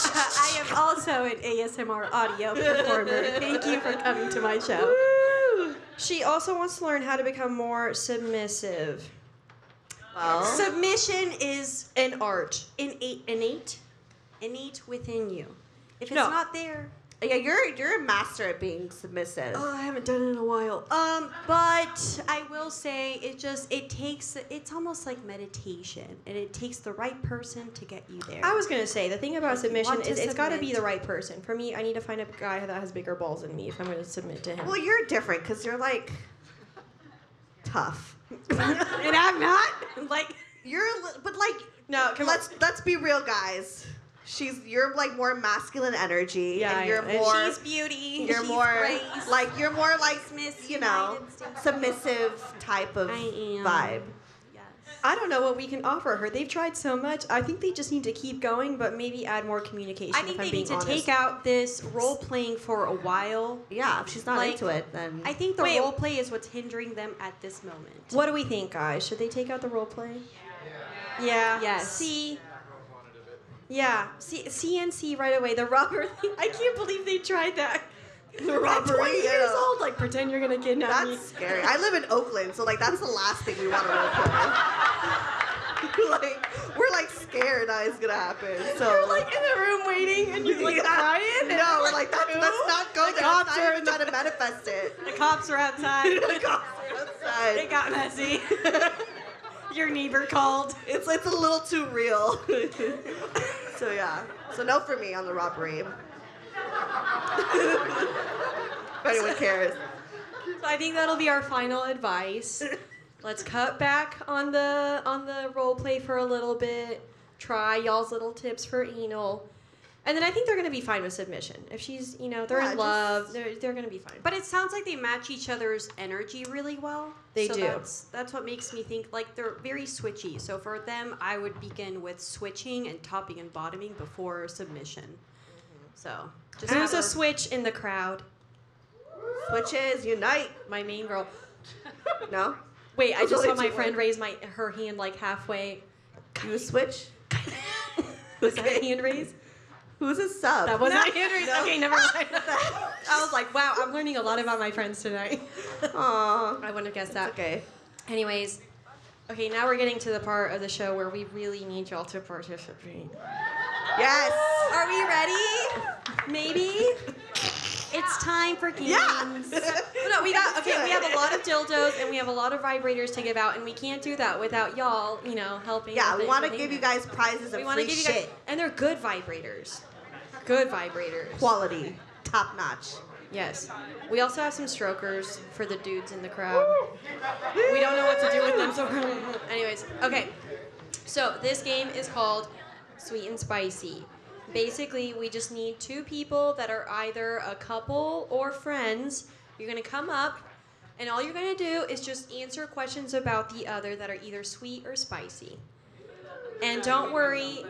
B: Uh, I am also an ASMR audio performer. Thank you for coming to my show. She also wants to learn how to become more submissive.
H: Well,
B: Submission is an art, innate, innate, innate within you. If it's
H: No.
B: not there,
H: yeah, you're you're a master at being submissive.
B: Oh, I haven't done it in a while. Um, but I will say it just it takes it's almost like meditation, and it takes the right person to get you there. I was gonna say the thing about submission
I: want
B: is
I: to
B: it's got to be
I: submit.
B: the right person. For me, I need to find a guy that has bigger balls than me if I'm gonna submit to him.
H: well, you're different because you're like tough.
B: and I'm not like
H: You're, a li- but like,
B: no. Come
H: let's let's be real, guys. She's you're like more masculine energy,
B: Yeah,
H: and you're
B: I am. And
H: more
B: she's beauty.
H: You're
B: she's
H: more
B: grace.
H: like you're more like
B: Miss
H: you know
B: United States.
H: submissive type of
B: I am.
H: vibe.
B: I don't know what we can offer her. They've tried so much. I think they just need to keep going, but maybe add more communication.
I: I think
B: if I'm
I: they
B: being
I: need to
B: honest.
I: take
B: out this role playing for a while.
H: Yeah, if she's not
B: Like,
H: into it, then
I: I think the
B: Wait.
I: role play is what's hindering them at this moment.
B: What do we think, guys? Should they take out the role play? Yeah.
I: Yes.
B: See. Yeah. C- CNC right away. The robber. Thing. I can't believe they tried that. The
H: robbery,
B: Twenty years
H: yeah.
B: old. Like pretend you're gonna kidnap me.
H: that's scary. I live in Oakland, so like that's the last thing we want to role play. like we're like scared that it's gonna happen. So
I: You're like in the room waiting and you're like
H: Yeah.
I: crying. and
H: No,
I: you're
H: like that's,
I: "Who?"
H: that's not go
I: The
H: there. That's
I: cops
H: not
I: are
H: even trying to manifest it.
I: The cops are outside.
H: The cops are outside.
I: It got messy. Your neighbor called.
H: It's it's a little too real. so yeah. So no for me on the robbery. if anyone cares.
B: So I think that'll be our final advice. Let's cut back on the on the role play for a little bit. Try y'all's little tips for anal. And then I think they're gonna be fine with submission. If she's, you know, they're
I: Yeah,
B: in
I: just-
B: love, they're, they're gonna be fine.
I: But it sounds like they match each other's energy really well.
B: They
I: so
B: do.
I: That's, that's what makes me think like they're very switchy. So for them, I would begin with switching and topping and bottoming before submission. So just
B: There's
I: have
B: a switch in the crowd.
H: Switches unite.
B: My main girl.
H: No.
B: Wait, I
H: There's
B: just saw
H: only
B: my
H: two
B: friend
H: words.
B: raise my her hand like halfway.
H: You switch?
B: Was that a hand raise?
H: Who's a sub?
B: That wasn't
H: No.
B: a hand raise.
H: No.
B: Okay, never mind. I was like, wow, I'm learning a lot about my friends tonight.
H: Aww.
B: I wouldn't have guessed that.
H: Okay.
B: Anyways, okay, now we're getting to the part of the show where we really need y'all to participate.
H: Yes.
B: Are we ready? Maybe.
I: It's time for games.
B: no, we got okay. We have a lot of dildos and we have a lot of vibrators to give out, and we can't do that without y'all, you know, helping.
H: Yeah,
B: with
H: we
B: it,
H: want to
B: helping
H: give you
B: it.
H: guys prizes and
B: We want
H: free
B: to give you guys,
H: shit.
B: and they're good vibrators. Good vibrators.
H: Quality, top notch.
B: Yes. We also have some strokers for the dudes in the crowd. We don't know what to do with them, so we're- anyways, okay. So this game is called Sweet and Spicy. Basically, we just need two people that are either a couple or friends. You're gonna come up, and all you're gonna do is just answer questions about the other that are either sweet or spicy. And don't worry,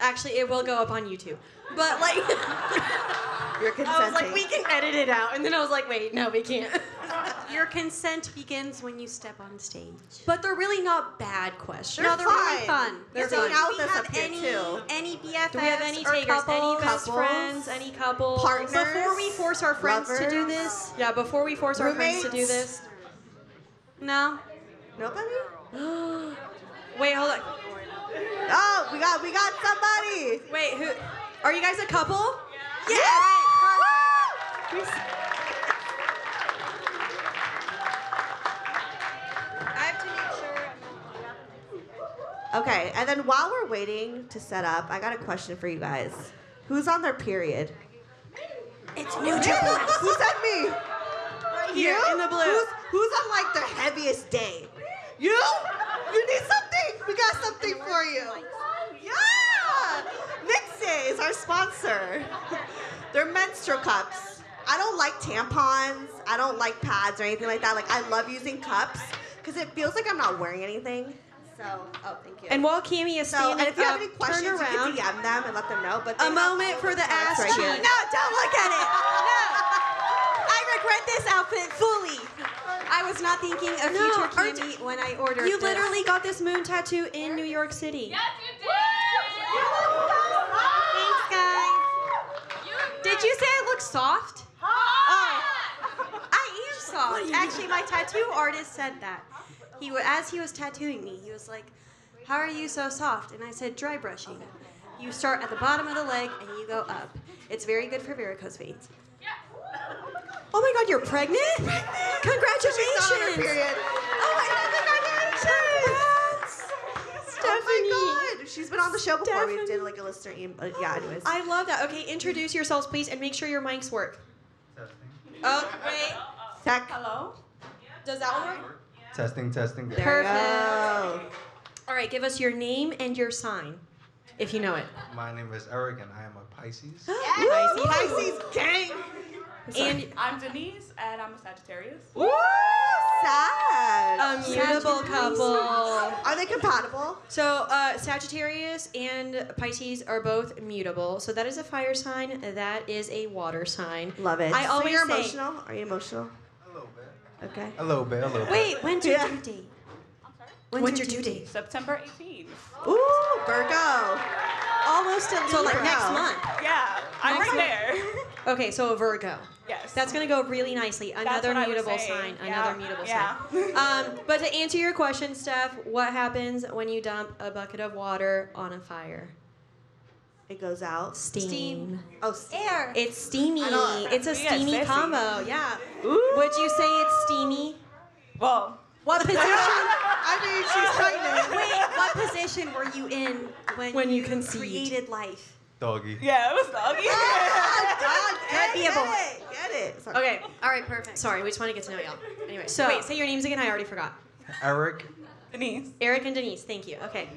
B: actually, it will go up on YouTube. But like.
H: You're
B: I was
H: consenting.
B: like, we can edit it out. And then I was like, wait, no, we can't.
I: Your consent begins when you step on stage.
B: But they're really not bad questions.
I: no, they're really fun.
B: They're
I: so
B: fun.
I: do we
H: this
I: have
H: up here,
I: any,
H: too.
I: any BFFs
B: Do we have any
I: or
B: takers?
I: couples?
B: Any best friends? Any couples?
I: Partners?
B: Before we force our friends to do
I: Lovers?
B: this. Yeah, before we force our friends to do
I: Roommates?
B: this. No.
H: Nobody?
B: Wait, hold on.
H: Oh, we got we got somebody.
B: Wait, who? Are you guys a couple?
H: Yes.
B: I have to make sure.
H: Okay, and then while we're waiting to set up, I got a question for you guys. Who's on their period?
I: It's
H: Who said me?
I: here
H: you?
I: in the blue.
H: Who's, who's on like their heaviest day? You? You need something? We got something for you. Yeah! Nixie is our sponsor. They're menstrual cups. I don't like tampons. I don't like pads or anything like that. Like I love using cups because it feels like I'm not wearing anything. So, oh, thank you.
B: And while Cami is
H: so,
B: standing
H: and if you have
B: up,
H: any questions,
B: turn
H: you
B: around.
H: can DM them and let them know. But
B: A
H: they have
B: moment
H: all
B: for the
H: those
B: ass
H: products right
B: cheek.
H: here.
I: No, don't look at it. No. I regret this outfit fully. I was not thinking of
B: No,
I: future
B: aren't-
I: Cammy when I ordered
B: You
I: this.
B: literally got this moon tattoo in New York City.
I: Thanks, guys.
B: Did you say it looks soft?
I: I am soft. Actually, my tattoo artist said that. He wa- as he was tattooing me, he was like, "How are you so soft?" And I said, "Dry brushing. You start at the bottom of the leg and you go up. It's very good for varicose veins."
B: Oh my god, you're pregnant?
H: She's not on her
B: Congratulations!
H: period.
I: Oh my god, congratulations!
H: Oh my god, she's been on the show before. We did
B: Stephanie. Oh,
H: like a listener email. But uh, yeah, anyways.
B: I love that. Okay, introduce yourselves, please, and make sure your mics work. Oh, wait.
H: Tech.
B: Hello? Does that one work?
G: Testing, testing.
B: Perfect.
H: Oh.
B: All right, give us your name and your sign, if you know it.
G: My name is Eric, and I am a Pisces.
B: Pisces.
H: Pisces gang.
B: And
M: I'm Denise, and I'm a Sagittarius.
H: Woo!
B: Um,
H: Sad.
B: Immutable couple.
H: Are they compatible?
B: So, uh, Sagittarius and Pisces are both mutable. So that is a fire sign. That is a water sign.
H: Love it.
B: I
H: So
B: always
H: you're
B: say-
H: emotional. Are you emotional? A little bit. Okay.
G: A little bit, a little bit.
B: Wait, when do
H: Yeah.
B: you date?
M: When's,
B: your due date?
M: September 18th.
H: Ooh, Virgo.
B: Almost until like
M: Virgo.
B: next month.
M: Yeah, I'm
B: Next
M: right
B: month.
M: there.
B: Okay, so a Virgo.
M: Yes.
F: Yes.
B: That's gonna go really nicely.
F: That's
B: Another
F: what I was
B: mutable sign.
F: saying.
B: Another
F: Yeah.
B: mutable
F: Yeah.
B: sign. Um, but to answer your question, Steph, what happens when you dump a bucket of water on a fire?
H: It goes out.
B: Steam.
H: Oh, steam. air.
B: It's steamy.
H: I know.
B: It's a
H: You guys
B: steamy
H: fancy.
B: combo. Yeah. Would you say it's steamy?
F: Whoa.
B: What position?
I: I
B: mean,
I: she's pregnant.
B: Wait,
I: What position were you in when,
B: When you
I: you
B: conceived.
I: created life?
G: Doggy.
F: Yeah, it was doggy.
B: Might be a boy.
H: Get it. Sorry.
B: Okay. All right. Perfect. Sorry, we just want to get to know y'all. Anyway,
H: So-
B: so wait, say your names again. I already forgot.
G: Eric.
B: Denise. Eric and Denise. Thank you. Okay.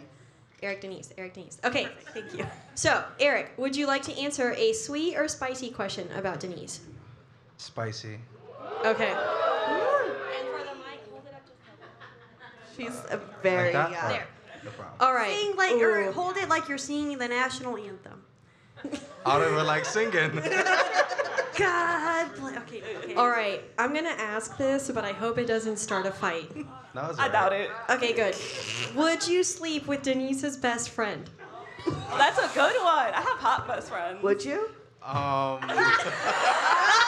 B: Eric, Denise. Eric, Denise. Okay. Thank you. So, Eric, would you like to answer a sweet or spicy question about Denise?
G: Spicy.
B: Okay.
H: She's a
G: Like
H: very uh,
G: that?
H: young.
G: Or- No problem.
B: All right.
I: Sing like or
B: Ooh.
I: hold it like you're singing the national anthem.
G: I don't even like singing.
B: God bless. Okay, okay. All right. I'm going to ask this, but I hope it doesn't start a fight.
G: No, it's
B: I
G: alright.
B: doubt it. Okay, good. Would you sleep with Denise's best friend?
M: That's a good one. I have hot best friends.
H: Would you?
G: Um.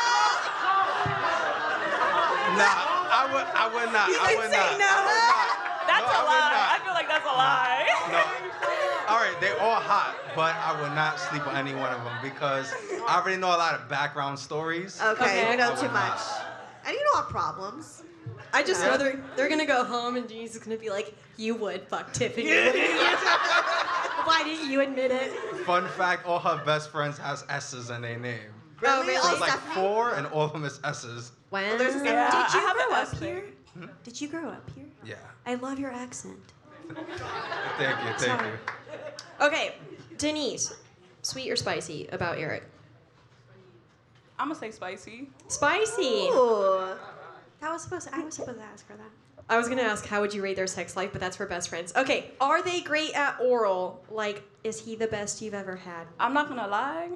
G: Nah, I would, I would not. I would not.
M: That's
G: No,
M: a
G: I would
M: lie.
G: not.
M: I feel like that's a lie.
G: No. All right, they're all hot, but I would not sleep with any one of them because I already know a lot of background stories.
M: Oh.
H: Okay,
G: so
H: we know
G: I would
H: too
G: not.
H: much. And you don't have problems.
B: I just
H: Yeah.
B: know they're, they're going to go home and Denise is going to be like, you would fuck Tiffany.
G: Yeah.
B: Why didn't you admit it?
G: Fun fact: all her best friends has S's in their name.
B: Oh, really?
G: So it's like four, and all of them is S's.
B: Wow.
I: Did you
G: Yeah, I have
I: grow
G: an
I: up
G: S
I: here? Did you grow up here?
G: Yeah.
I: I love your accent.
G: Thank you. Thank
B: Sorry.
G: you.
B: Okay, Denise, sweet or spicy about Eric?
M: I'm gonna say spicy.
B: Spicy.
I: That was supposed. I was supposed to ask her that.
B: I was gonna ask how would you rate their sex life, but that's for best friends. Okay, are they great at oral? Like, is he the best you've ever had?
M: I'm not gonna lie.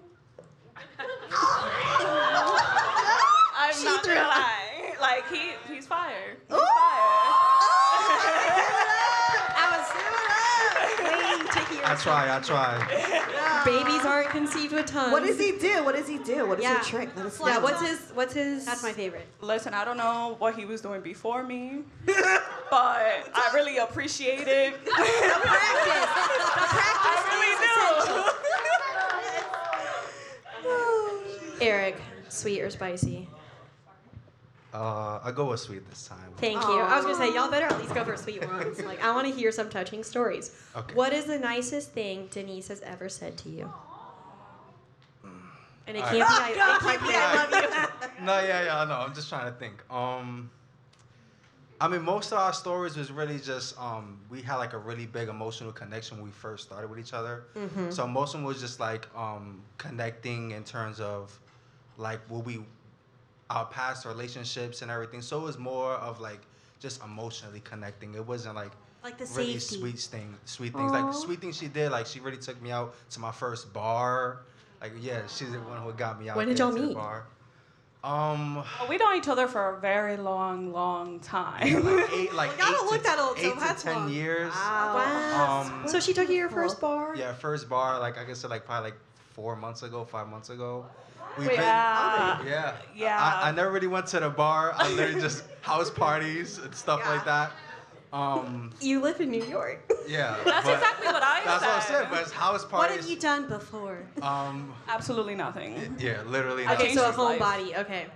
M: I'm
B: She
M: not
B: threw
M: gonna
B: up.
M: lie. Like he he's fire. He's fire.
B: I was waiting to hear.
G: I try. I try.
B: Babies aren't conceived with tongues.
H: What does he do? What does he do? What is
B: Yeah.
H: your trick? Let us
B: Yeah,
H: know.
B: what's his what's his
M: That's
B: my favorite.
M: Listen, I don't know what he was doing before me, but I really appreciate it. the practice. I
B: Eric, sweet or spicy?
G: Uh, I go with sweet this time.
B: Thank you. I was gonna say y'all better at least go for sweet ones. Like, I want to hear some touching stories.
G: Okay.
B: What is the nicest thing Denise has ever said to you? And it
G: All
B: can't be.
G: right.
B: I, it can't be. I love you.
G: No, yeah, yeah, I know. I'm just trying to think. Um, I mean, most of our stories was really just um, we had like a really big emotional connection when we first started with each other.
N: Mhm.
G: So most of them was just like um, connecting in terms of like what we our past relationships and everything. So it was more of like just emotionally connecting. It wasn't like
I: Like the
G: really
I: safety.
G: sweet thing, sweet things. Like the
I: Aw.
G: sweet things she did, like she really took me out to my first bar. Like yeah, she's the one who got me out.
M: When did
G: there
M: y'all
G: to the
M: meet?
G: bar. Um,
M: really do. We know each other for a very long, long time.
G: yeah, like eight, like
M: Y'all
G: eight
M: don't
G: to,
M: look that old, so
G: eight to
M: that's
G: ten
M: long.
G: years.
B: Wow.
G: Um,
B: so she took you to your first bar.
G: yeah, first bar, like I guess like probably like four months ago, five months ago.
B: Wait,
M: wow.
G: yeah,
M: uh, Yeah.
G: I, I never really went to the bar. I literally just house parties and stuff like that. Um,
B: You live in New York.
G: yeah.
M: That's
G: but-
M: exactly what I
G: That's what I
M: said.
G: said. But it's house
M: What
G: parties.
M: have you
B: done before?
H: Oh.
G: Um,
M: Absolutely nothing.
G: yeah, literally.
M: Okay,
G: nothing.
M: so a
B: Home body. Okay.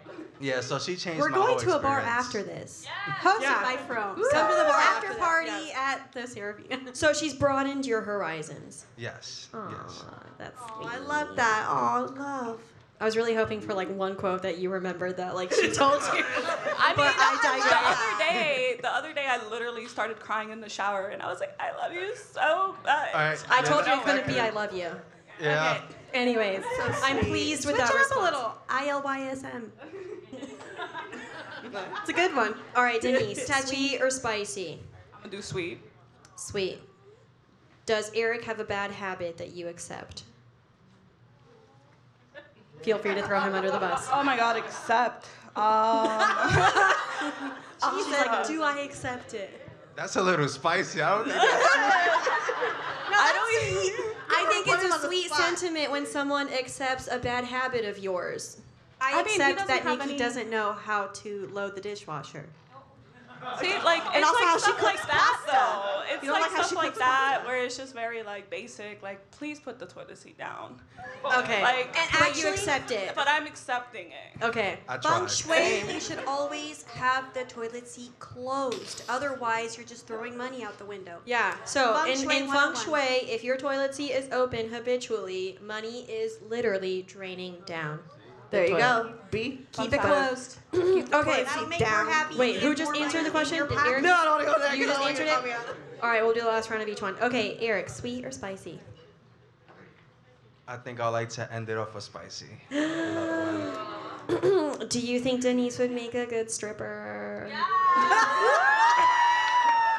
G: Yeah, so she changed.
B: We're
G: my whole
B: going to a bar
G: experience.
B: after this. Hosted
I: Yeah.
B: by From.
I: Ooh.
B: Come to the bar
I: After
B: after, that,
I: party
B: yes. at the Seraphina. So she's broadened your horizons.
G: Yes. yes.
B: That's
I: Oh, I
B: sweet.
I: love that. Aw, love.
B: I was really hoping for like one quote that you remembered that like she told you.
M: I mean,
B: But
M: the,
B: I
M: the other day, the other day, I literally started crying in the shower, and I was like, "I love you so much."
G: right,
B: I told you it couldn't be I love you.
G: Yeah.
B: Anyways, I'm pleased with
I: Switch
B: that
I: it up a
B: response.
I: little. I L Y S M.
B: It's a good one. All right, Denise, sweet or spicy?
M: I'm gonna do sweet.
B: Sweet. Does Eric have a bad habit that you accept? Feel free to throw him under the bus.
M: Oh my God, accept.
B: uh,
M: Um,
I: She's like, do I accept it?
G: That's a little spicy. I don't think.
B: I don't. I
I: You're
B: think
I: putting him
B: it's
I: on
B: a
I: the
B: sweet
I: spot.
B: sentiment when someone accepts a bad habit of yours. I,
I: I mean, he
B: accept
I: doesn't
B: that
I: have
B: Nikki
I: any-
B: doesn't know how to load the dishwasher.
M: See, like
B: And
M: it's
B: also
M: like
B: how she
M: stuff like
B: cooks
M: that
B: pasta.
M: though. It's
B: You don't
M: like,
B: like how
M: stuff
B: she
M: like
B: cooks
M: that
B: pasta?
M: where it's just very like basic. Like, please put the toilet seat down.
B: Okay.
M: Like,
B: And But you actually- accept it.
M: But I'm accepting it.
B: Okay.
M: I
B: Feng
M: tried.
B: Shui, you should always have the toilet seat closed. Otherwise, you're just throwing money out the window. Yeah. So
I: Feng
B: in,
I: Shui
B: in feng
I: 101.
B: shui, if your toilet seat is open habitually, money is literally draining down. the
H: There you
B: toilet.
H: go. B.
B: Keep it closed. okay.
H: toilet seat down.
B: Wait, who just answered the question?
H: your pocket.
B: Eric?
H: No, I don't wanna go there,
B: You
H: 'cause
B: just
H: I
B: answered
H: don't wanna
B: it. All right, we'll do the last round of each one. Okay, Eric, sweet or spicy?
G: I think I like to end it off with spicy.
B: do you think Denise would make a good stripper?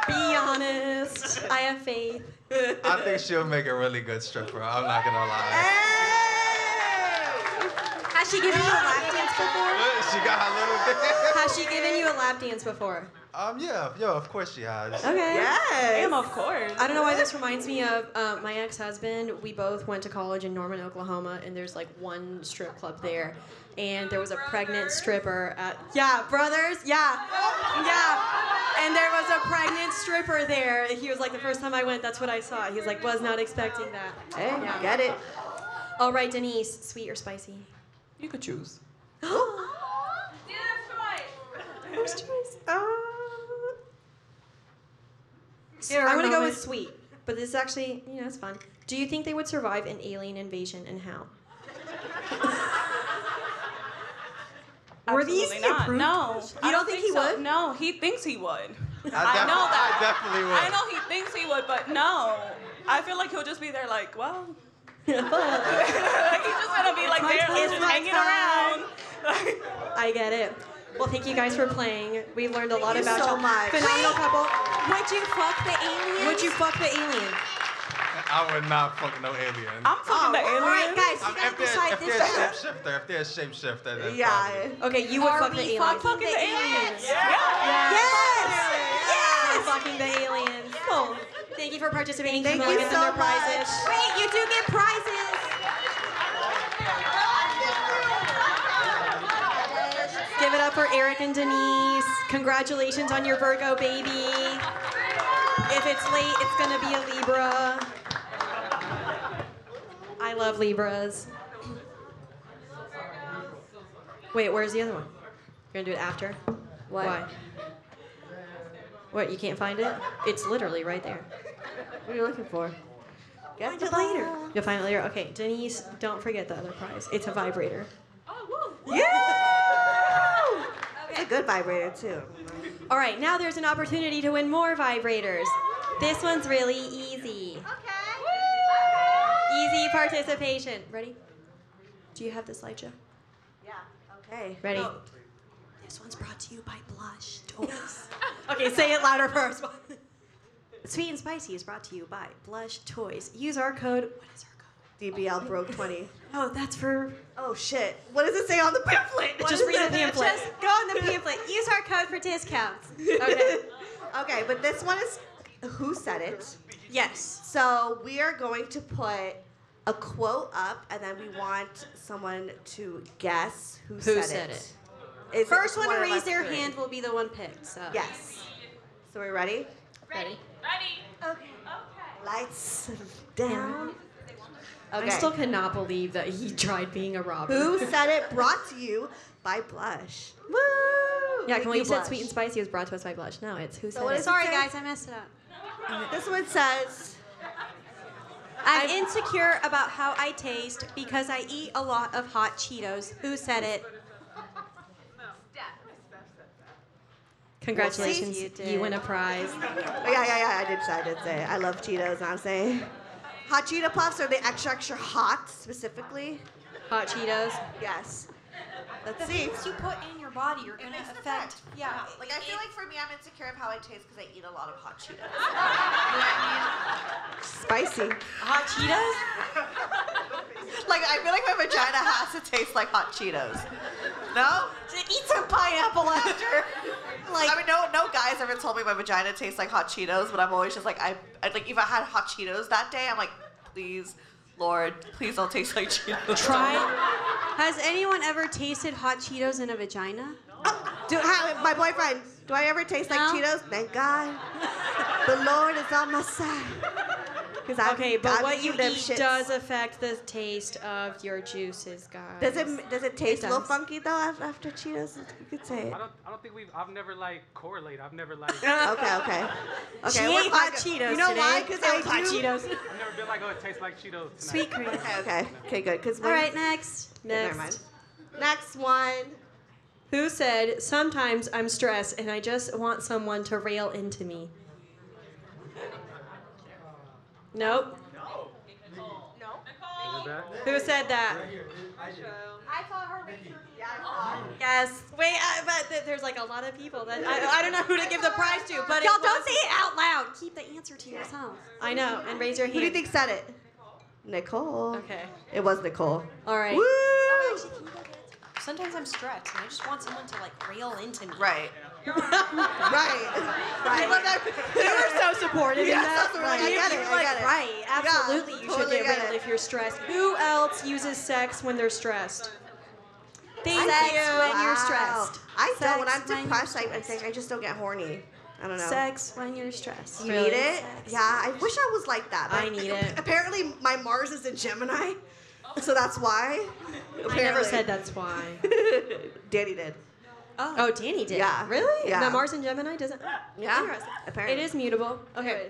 B: Be honest. I have faith.
G: I think she'll make a really good stripper. I'm not gonna lie.
B: Has she given you a lap dance before?
G: She got her little bit.
B: Has she given you a lap dance before?
G: Um, yeah, yeah, of course she has.
B: Okay.
M: Damn, of course.
B: I don't know why this reminds me of uh, my ex-husband. We both went to college in Norman, Oklahoma, and there's like one strip club there, and there was a pregnant stripper. At, yeah, brothers. Yeah, yeah. And there was a pregnant stripper there. He was like, the first time I went, that's what I saw. He was like, was not expecting that.
H: Hey,
B: Yeah.
H: get it.
B: All right, Denise, sweet or spicy?
M: You could choose.
B: First choice. Uh,
I: There are
B: I'm gonna go with
I: moments-
B: sweet, but this is actually, you know, it's fun. Do you think they would survive an alien invasion and how? Were these
M: Absolutely
B: the
M: not.
B: approved
M: No,
B: questions?
M: I
B: You don't think he
M: so.
B: would?
M: No, he thinks he would. I, know
G: defi-
M: that.
G: I definitely would.
M: I know he thinks he would, but no. I feel like he'll just be there, like, well, like he's just gonna be like
B: My
M: there,
B: time,
M: like, just
B: my
M: hanging
B: time.
M: around.
B: I get it. Well, thank you guys for playing. We learned a lot
H: you
B: about
H: so
B: you.
H: much.
B: Phenomenal
H: Wait.
B: couple. Would you fuck the alien? Would you fuck the alien?
G: I would not fuck no alien. Um,
M: I'm fucking the alien.
B: guys, you
G: if
B: gotta
G: they're,
B: decide
G: if
B: this
G: they're a
B: out.
G: shapeshifter, if they're a shapeshifter, then
B: Yeah. Okay, you would
I: Are
B: fuck the
I: we
B: alien.
I: fucking
B: the aliens. Yeah. Yes. Fucking the aliens. Cool. Thank you for participating.
I: Thank
B: Come on,
I: you
B: give
I: so
B: them their prizes.
I: much.
B: Wait, you do get prizes. Give it up for Eric and Denise. Congratulations on your Virgo baby. If it's late, it's gonna be a Libra. I love Libras. Wait, where's the other one? You're gonna do it after?
H: What?
B: Why? What, you can't find it? It's literally right there.
H: What are you looking for? Get
B: Find
H: the
B: it later.
H: ball.
B: You'll find it later? Okay, Denise, don't forget the other prize. It's a vibrator.
H: It's a good vibrator too.
B: All right, now there's an opportunity to win more vibrators. This one's really easy. Okay. Easy participation. Ready? Do you have the slideshow?
H: Okay.
B: Ready?
H: No.
B: This one's brought to you by Blush Toys. okay, say it louder first. Sweet and Spicy is brought to you by Blush Toys. Use our code. What is
H: DBL broke 20.
B: Oh, that's for.
H: Oh shit. What does it say on the pamphlet? What
B: Just
H: is
B: read the
H: it?
B: pamphlet.
H: Just-
B: go on the pamphlet. Use our code for discounts. Okay.
H: okay, but this one is who said it?
B: Yes.
H: So we are going to put a quote up and then we want someone to guess who,
B: Who said
H: it. Is it
B: First one to
H: of
B: raise
H: us
B: their
H: three?
B: hand will be the one picked. So.
H: Yes. So we're ready?
B: Ready?
H: Okay. Lights down.
B: I still cannot believe that he tried being a robber.
H: Who said it brought to you by Blush? Woo!
B: Yeah, can
H: Thank
B: we
H: you,
B: said
H: Blush.
B: sweet and spicy was brought to us by Blush. No, it's who
H: So
B: said
H: what
B: it.
H: does it Sorry, say? guys,
B: I messed it up.
H: This one says
I: I'm insecure about how I taste because I eat a lot of hot Cheetos. Who said it?
B: Congratulations,
H: see,
B: you,
H: you
B: win a
H: did.
B: prize.
H: Oh, yeah, yeah, yeah. I did. I did say. It. I love Cheetos. And I'm saying, hot Cheeto puffs are they extra, extra hot specifically?
B: Hot Cheetos.
H: Yes. Let's
I: The
H: see.
I: things you put in your body are
H: It
I: going to
H: makes an
I: affect.
H: effect.
I: Yeah.
H: Like I feel like for me, I'm insecure of how I taste because I eat a lot of hot Cheetos. Spicy.
B: Hot Cheetos?
H: Like I feel like my vagina has to taste like hot Cheetos. No? Eat some pineapple after. Like I mean, no, no guy's ever told me my vagina tastes like hot Cheetos, but I'm always just like I, I like if I had hot Cheetos that day, I'm like, please, Lord, please don't taste like Cheetos.
B: Try
I: Has anyone ever tasted hot Cheetos in a vagina?
H: Do how, my boyfriend? Do I ever taste like Cheetos? Thank God, the Lord is on my side. 'Cause I've-
B: okay, but
H: I've
B: what you eat
H: eaten them shits.
B: does affect the taste of your juices, guys.
H: Does it does it taste a little
B: does.
H: funky though af- after Cheetos? You could say it.
N: I don't, I don't think we've. I've never like correlate. I've never like.
H: Okay, okay. Okay,
N: She
H: we're
N: ate
H: fine.
N: hot Cheetos
H: You know
N: today.
H: why? Because
N: That
H: I
N: was hot
H: do.
N: Cheetos. I've never been like, oh, it tastes like Cheetos. Tonight.
H: Sweet cream. Okay, okay, okay, good. Because
B: All right, next.
H: Never
B: Next.
H: mind.
B: Next one. Who said, Sometimes I'm stressed and I just want someone to rail into me? Nope. Who said that?
L: I saw her read through the yeah,
B: Yes. Wait, I, but th- there's like a lot of people that I, I don't know who to give the prize to, but it
I: Y'all don't
B: was-
I: say it out loud. Keep the answer to yourself.
B: I know, and raise your hand.
H: Who do you think said it? Nicole.
B: Okay.
H: It was Nicole.
B: All right.
H: Woo!
B: Sometimes I'm stressed and I just want someone to like rail into me.
H: Right. right.
B: I
H: Right.
B: love that.
H: You were
B: so supportive
H: in
B: yeah,
H: that. Right, I get it, I get it.
B: Right.
H: Yeah,
B: Absolutely. you should
H: totally
B: get
H: get
B: railed
H: it.
B: if you're stressed. Who else uses sex when they're stressed? Thank
H: Sex
B: you.
H: when you're stressed. I
B: Sex
H: don't. When I'm
B: when you're
H: depressed, I, I think I just don't get horny. I don't know.
B: Sex when you're stressed.
H: You need it? Yeah, I wish I was like that.
B: I
H: but
B: need it.
H: Apparently, my Mars is in Gemini, so that's why.
B: I never
H: Apparently.
B: said that's why.
H: Danny did.
B: Oh. Danny did.
H: Yeah.
B: Really?
H: Yeah.
B: The Mars and Gemini doesn't.
H: Yeah,
B: Interesting.
H: apparently.
B: It is mutable. Okay.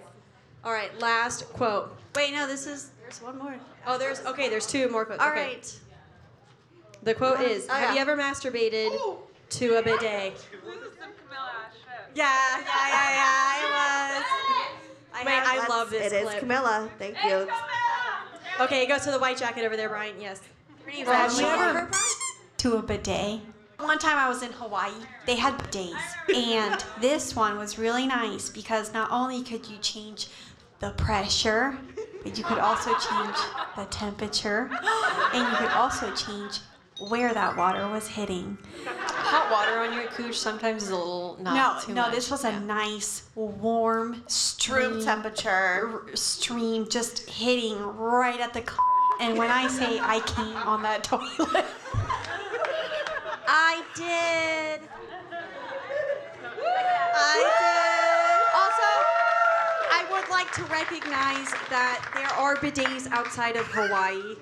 B: All right. Last quote. Wait, no. This is. There's one more. Oh, there's. Okay. There's two more quotes.
I: All
B: okay.
I: right.
B: The quote is:
I: Oh,
B: Have
I: yeah.
B: you ever masturbated to a bidet?
I: Yeah, yeah, yeah, yeah. I was.
B: Wait, I love this
H: It is
B: clip.
H: Camilla. Thank you.
B: Okay, it goes to the white jacket over there, Brian. Yes.
I: Have you ever-
B: to a bidet?
I: One time I was in Hawaii, they had bidets, and this one was really nice because not only could you change the pressure, but you could also change the temperature, and you could also change where that water was hitting.
B: Hot water on your cooch sometimes is a little
I: no,
B: not too
I: no,
B: much.
I: this was a nice, warm stream
H: temperature
I: stream, just hitting right at the. C- and when I say I came on that toilet, I did. I did.
B: I
I: Also,
B: would like to recognize that there are bidets outside of Hawaii.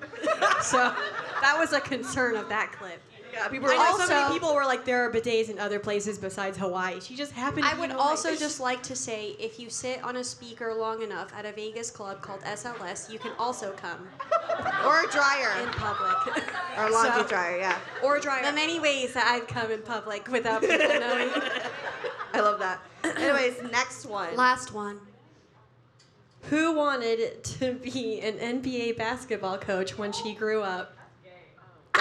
B: so that was a concern of that clip.
I: Yeah,
H: people were
B: I know
H: like-
B: so many
H: Also-
B: people were like, there are bidets in other places besides Hawaii. She just happened. To
I: I
B: be
I: would
B: in
I: also
B: Hawaii.
I: just like to say if you sit on a speaker long enough at a Vegas club called SLS, you can also come.
H: Or a dryer.
I: In public.
H: Or a laundry dryer, yeah.
B: Or a dryer.
I: The many ways that I've come in public without people knowing.
H: I love that. Anyways, next one.
B: Last one. Who wanted to be an NBA basketball coach when she grew up?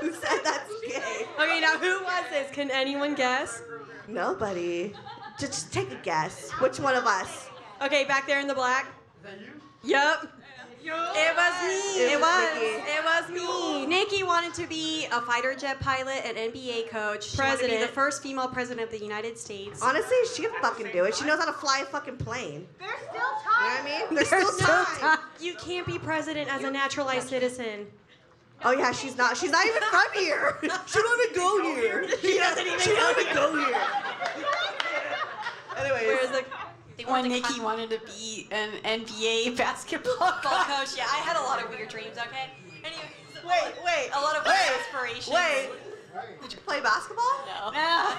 H: Who said that's gay?
B: Okay, now who was this? Can anyone guess?
H: Nobody. Just, just take a guess. Which one of us?
B: Okay, back there in the black. Yup. It was me.
I: It
B: It
I: was
B: was.
I: Nikki.
B: It was me.
I: Nikki wanted to be a fighter jet pilot, an NBA coach, she wanted to be
B: President.
I: the first female president of the United States.
H: Honestly, she can fucking do it. She knows how to fly a fucking plane.
I: There's still time.
H: You know what I mean? There's still time.
B: You can't be president as a naturalized citizen.
H: Oh yeah, she's not. She's not even from here. She don't even go here. She doesn't even. She don't even go here. Anyways.
B: Whereas the
I: When Nikki wanted to be an NBA basketball coach, yeah, I had a lot of weird dreams. Okay. Anyway,
H: wait, wait,
I: a lot of
H: wait,
I: weird aspirations.
H: Wait. Did you play basketball?
I: No. No.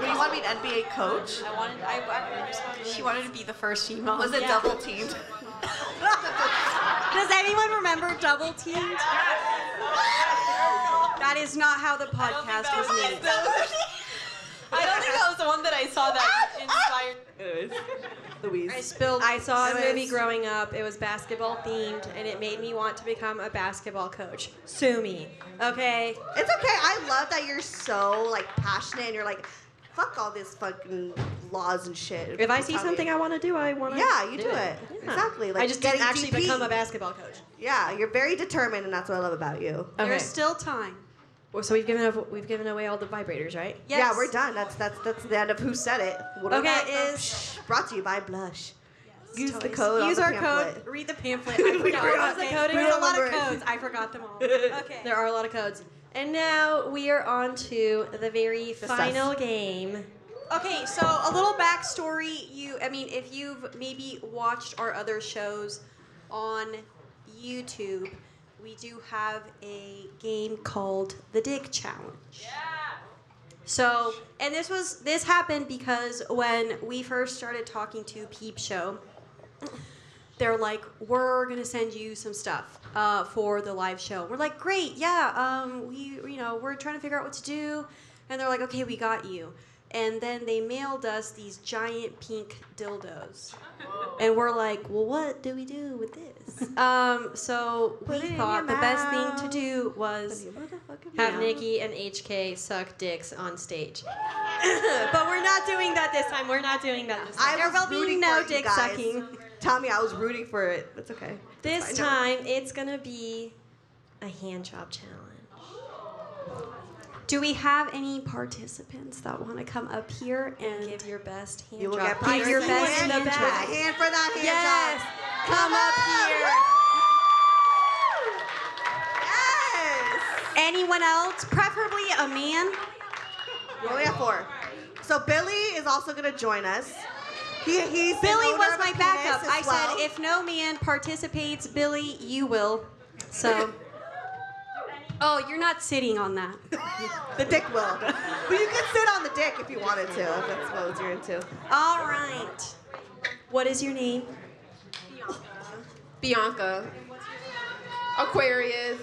H: Well, you want to be an NBA coach?
I: I wanted. I, I just wanted. She wanted to be the first female.
H: Was it
I: Yeah.
H: double teamed?
I: Does anyone remember Double Teamed?
B: That is not how the podcast was made.
I: I don't think that was the one that I saw that inspired.
H: Louise.
B: I spilled. I saw a
I: Anyways.
B: movie growing up. It was basketball themed, and it made me want to become a basketball coach. Sue me. Okay.
H: It's okay. I love that you're so like passionate and you're like, fuck all this fucking laws and shit.
B: If I see something I want to do, I want to.
H: Yeah, you do it. Exactly, like
B: I just didn't
H: getting
B: actually
H: DP.
B: become a basketball coach.
H: Yeah, you're very determined, and that's what I love about you.
B: There's still time. Well, so we've given up, we've given away all the vibrators, right?
H: Yeah, we're done. That's that's that's the end of who said it. What
B: Okay,
H: about the-
B: is-
H: brought to you by Blush.
B: Use the
I: toys.
B: code on
I: Use
B: the
I: our
B: pamphlet.
I: code. Read the pamphlet. I forgot
B: forgot
I: what was the
B: it.
I: code.
B: We
I: There's a lot
B: remember
I: of
B: it.
I: codes. I forgot them all. Okay. There are a lot of codes. And now we are on to the very
H: Just us.
I: final game.
H: Okay, so a little backstory. You, I mean, if you've maybe watched our other shows on YouTube, we do have a game called the Dick Challenge. Yeah.
I: So, and this was this happened because when we first started talking to Peep Show,
H: They're like, we're gonna send you some stuff uh, for the live show. We're like, great, yeah. Um, we, you know, we're trying to figure out what to do, and they're like, okay, we got you. And then they mailed us these giant pink dildos.
I: and we're like, well, what do we do with this?
H: Um, so
I: Put it
H: we
I: in
H: thought the
I: your
H: best thing
I: mouth.
H: to do was
I: Have
H: Yeah.
I: Nikki and HK suck dicks on stage. but we're not doing that this time. We're not doing that this time.
B: I
I: there
B: was
I: will be
B: rooting
I: no
B: for it, you
I: dick
B: guys.
I: sucking.
B: Tommy, I was rooting for it. It's okay.
I: This
B: It's fine.
I: time, it's gonna be a hand job challenge.
H: Do we have any participants that want to come up here and give
I: your best hand
H: you will
I: job?
H: Get give your best in the back.
B: hand for that hand
H: yes.
B: job.
H: Come up here. Anyone else? Preferably a man.
B: We only have four. So Billy is also gonna join us. He, he's an
H: Billy
B: owner of
H: was
B: a
H: my
B: penis
H: backup.
B: as
H: I
B: well.
H: said, if no man participates, Billy, you will. So. Oh, you're not sitting on that.
B: the dick will. But you could sit on the dick if you wanted to. If that's what you're into.
H: All right. What is your name?
O: Bianca. Aquarius.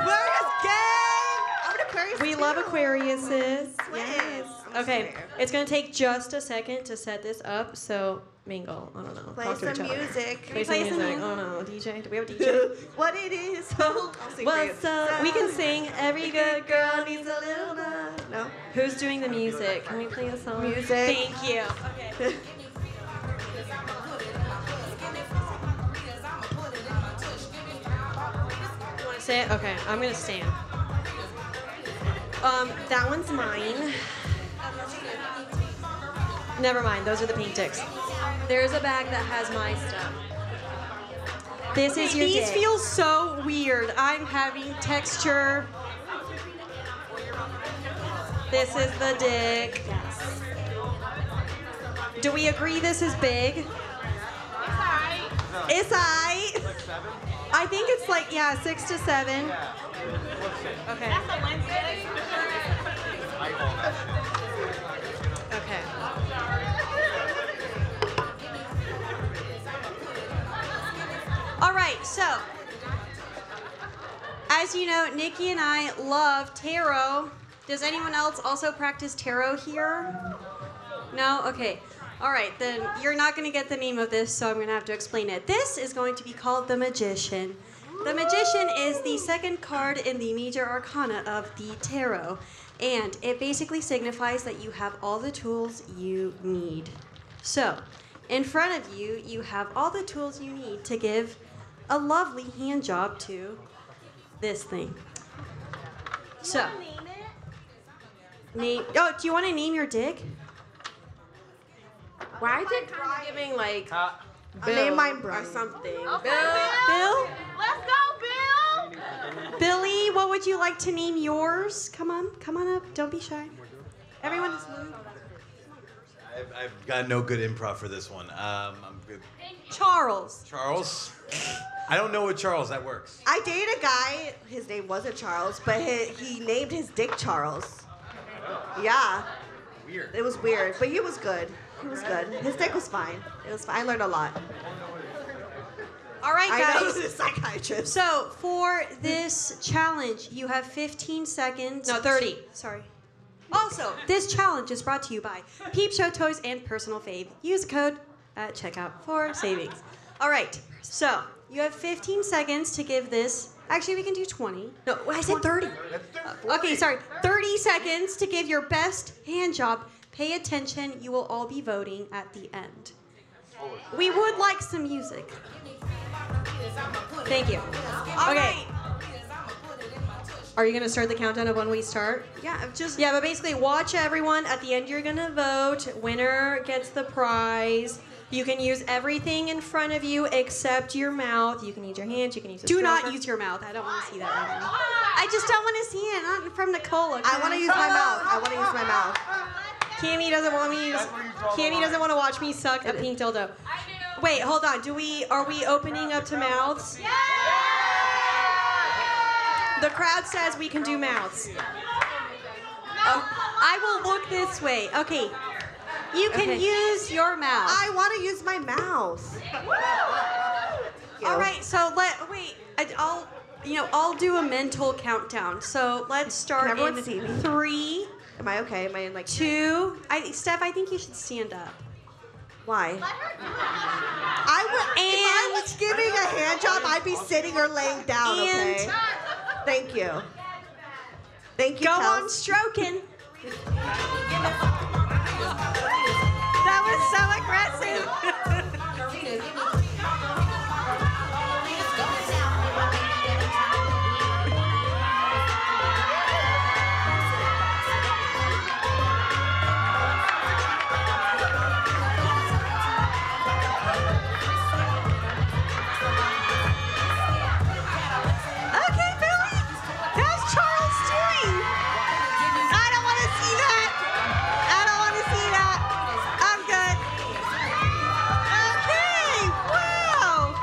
B: Aquarius gang! I'm an Aquarius.
I: We love Aquariuses.
B: Yes.
I: Okay, it's gonna take just a second to set this up. So mingle. I don't know.
B: Play
I: Talk to
B: some
I: each other.
B: music. Can
I: Play,
B: we
I: some
B: play some
I: music.
B: music?
I: Oh no, DJ. Do we have a DJ?
B: What it is? Oh, I'll sing for
I: well,
B: you.
I: so we can sing. Every good girl needs a little
B: love. No.
I: Who's doing the music? Can we play a song?
B: Music.
I: Thank you.
B: Okay.
I: You want to say it? Okay, I'm gonna stand. Um, that one's mine. Never mind. Those are the pink dicks. There's a bag that has my stuff. This is your
H: These
I: dick.
H: feel so weird. I'm having texture.
I: This is the dick. Yes. Do we agree this is big?
H: It's I. I think it's like yeah, six to seven.
I: Okay.
H: That's
I: a Wednesday. Okay.
H: All right, so as you know, Nikki and I love tarot. Does anyone else also practice tarot here? No? Okay. All right, then you're not going to get the name of this, so I'm going to have to explain it. This is going to be called The Magician. The Magician is the second card in the major arcana of the tarot, and it basically signifies that you have all the tools you need. So, in front of you, you have all the tools you need to give a lovely hand job to this thing. So, name. Oh, do you want to name your dick?
O: Why is it kind of giving like Bill
H: name mine
O: or
H: Brian.
O: something?
H: Bill?
O: Let's go, Bill.
H: Billy, what would you like to name yours? Come on, come on up. Don't be shy. Everyone is moved.
G: I've, I've got no good improv for this one. Um, I'm good.
H: Charles.
G: Charles? I don't know what Charles, that works.
B: I dated a guy. His name wasn't Charles, but he, he named his dick Charles. Yeah.
G: Weird.
B: It was weird, but he was good. He was good. His dick was fine. It was fine. I learned a lot.
H: All right,
B: I
H: guys.
B: know, the psychiatrist.
H: So, for this challenge, you have 15 seconds.
I: No, 30.
H: Sorry. Also, this challenge is brought to you by Peep Show Toys and Personal Fave. Use code at checkout for savings. All right. So, you have 15 seconds to give this. Actually, we can do 20. No, I said 30. Okay, sorry. 30 seconds to give your best hand job. Pay attention. You will all be voting at the end. We would like some music. Thank you. okay.
I: Are you gonna start the countdown of when we start?
H: Yeah, I'm just
I: Yeah, but basically, watch everyone. At the end, you're gonna vote. Winner gets the prize. You can use everything in front of you except your mouth. You can use your hands. You can use. a
H: Do not
I: straw.
H: use your mouth. I don't want to see that. Right now.
I: I just don't want to see it. Not from Nicola.
H: I wanna use my mouth.
I: I want to use my mouth. Cammy doesn't want me. To use, Cammy doesn't want to watch me suck a pink dildo. Wait, hold on. Do we? Are we opening up to mouths? The crowd says we can do mouths. Oh, I will look this way. Okay. You can
H: Okay.
I: use your mouth.
P: I want to use my mouth.
H: All right, so let wait. I, I'll you know I'll do a mental countdown. So let's
I: Can
H: start
I: everyone
H: in
I: see me?
H: three.
P: Am I okay? Am I in like
H: two? I Steph, I think you should stand up.
P: Why? I would. if I was giving a hand job, I'd be sitting or laying down. okay.
H: And-
P: Thank you. Thank you.
H: Go
P: Kels.
H: on stroking. that was so aggressive.
P: Okay, Billy. That's Charles doing. I don't want to see that. I don't want to see that. I'm good. Okay. Wow.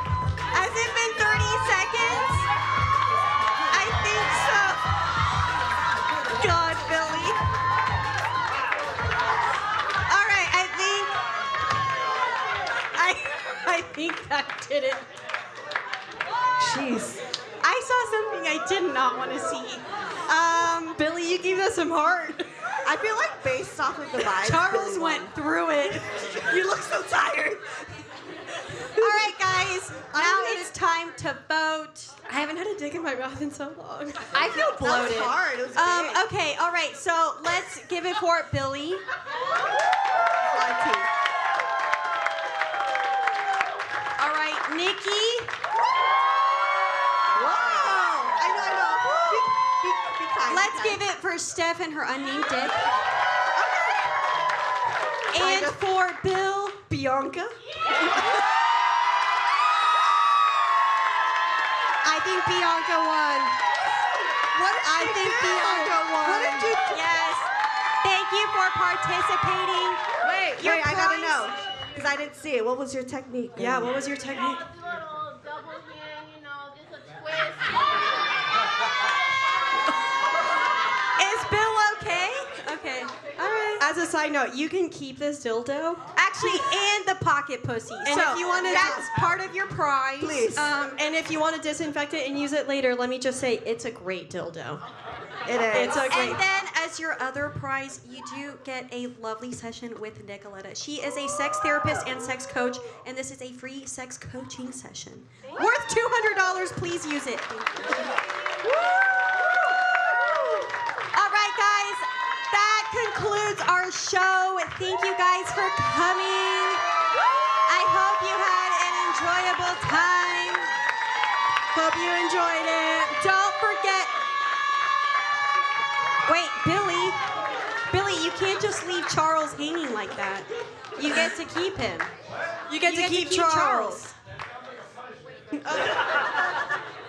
P: Has it been 30 seconds? I think so. God, Billy.
H: All right, I think I I think that did it.
P: Jeez.
H: I saw something I did not want to see. Um, Billy, you gave us some heart.
P: I feel like based off of the vibes,
H: Charles
P: Billy
H: went
P: won.
H: through it.
P: You look so tired.
H: All right, guys. Now
I: gonna-
H: it's time to vote. I haven't had a dick in my mouth in so long.
I: I feel That was bloated. hard. It was big.
H: Um, okay. All right. So let's give it for Billy. All right, Nikki.
P: Whoa! I know, I know. Be- be- be kind, be
H: Let's
P: kind.
H: give it for Steph and her unnamed dick. And for Bill, Bianca. I think Bianca won.
P: What did
H: I
P: you
H: think
P: do?
H: Bianca won.
P: What did you do?
H: Yes. Thank you for participating.
P: Wait,
H: Your
P: wait, I gotta
H: prize-
P: know. Because I didn't see it. What was your technique?
H: Yeah, what was your technique?
I: Is Bill okay?
H: Okay. All right. As a side note, you can keep this dildo. Actually, and the pocket pussy. And
I: So,
H: if you want to,
I: that's
H: part of your prize.
I: Please.
H: Um, and if you want to disinfect it and use it later, let me just say it's a great dildo.
I: It is.
H: It's a great.
I: And then, as your other prize, you do get a lovely session with Nicoletta. She is a sex therapist and sex coach, and this is a free sex coaching session.
H: Worth two hundred dollars. Please use it. All right, guys. That concludes our show. Thank you guys for coming. I hope you had an enjoyable time. Hope you enjoyed it. Don't forget. Wait, Billy. Billy, you can't just leave Charles hanging like that. You get to keep him. You get, to, keep Charles.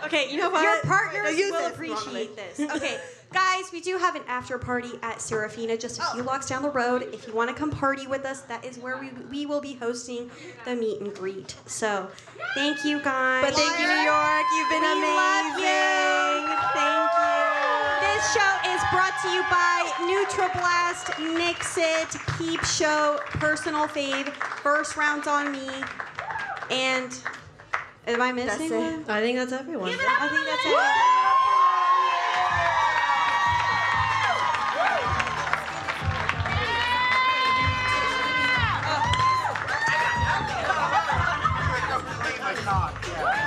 I: Okay, you know what?
H: Your partners
I: No, use
H: will
I: this
H: appreciate
I: wrongly.
H: this. Okay, guys, we do have an after party at Serafina just a
I: Oh.
H: few blocks down the road. If you want to come party with us, that is where we, we will be hosting the meet and greet. So, thank you guys.
I: But thank you, New York. You've been
H: We love you.
I: amazing.
H: Thank you. This show is brought to you by NutriBlast, Mixit, Keep Show, Personal Fave, First Rounds on Me, and am I missing
I: That's it.
H: one? I think that's everyone. I think that's
I: Woo!
H: it.
Q: Completely not. Yeah.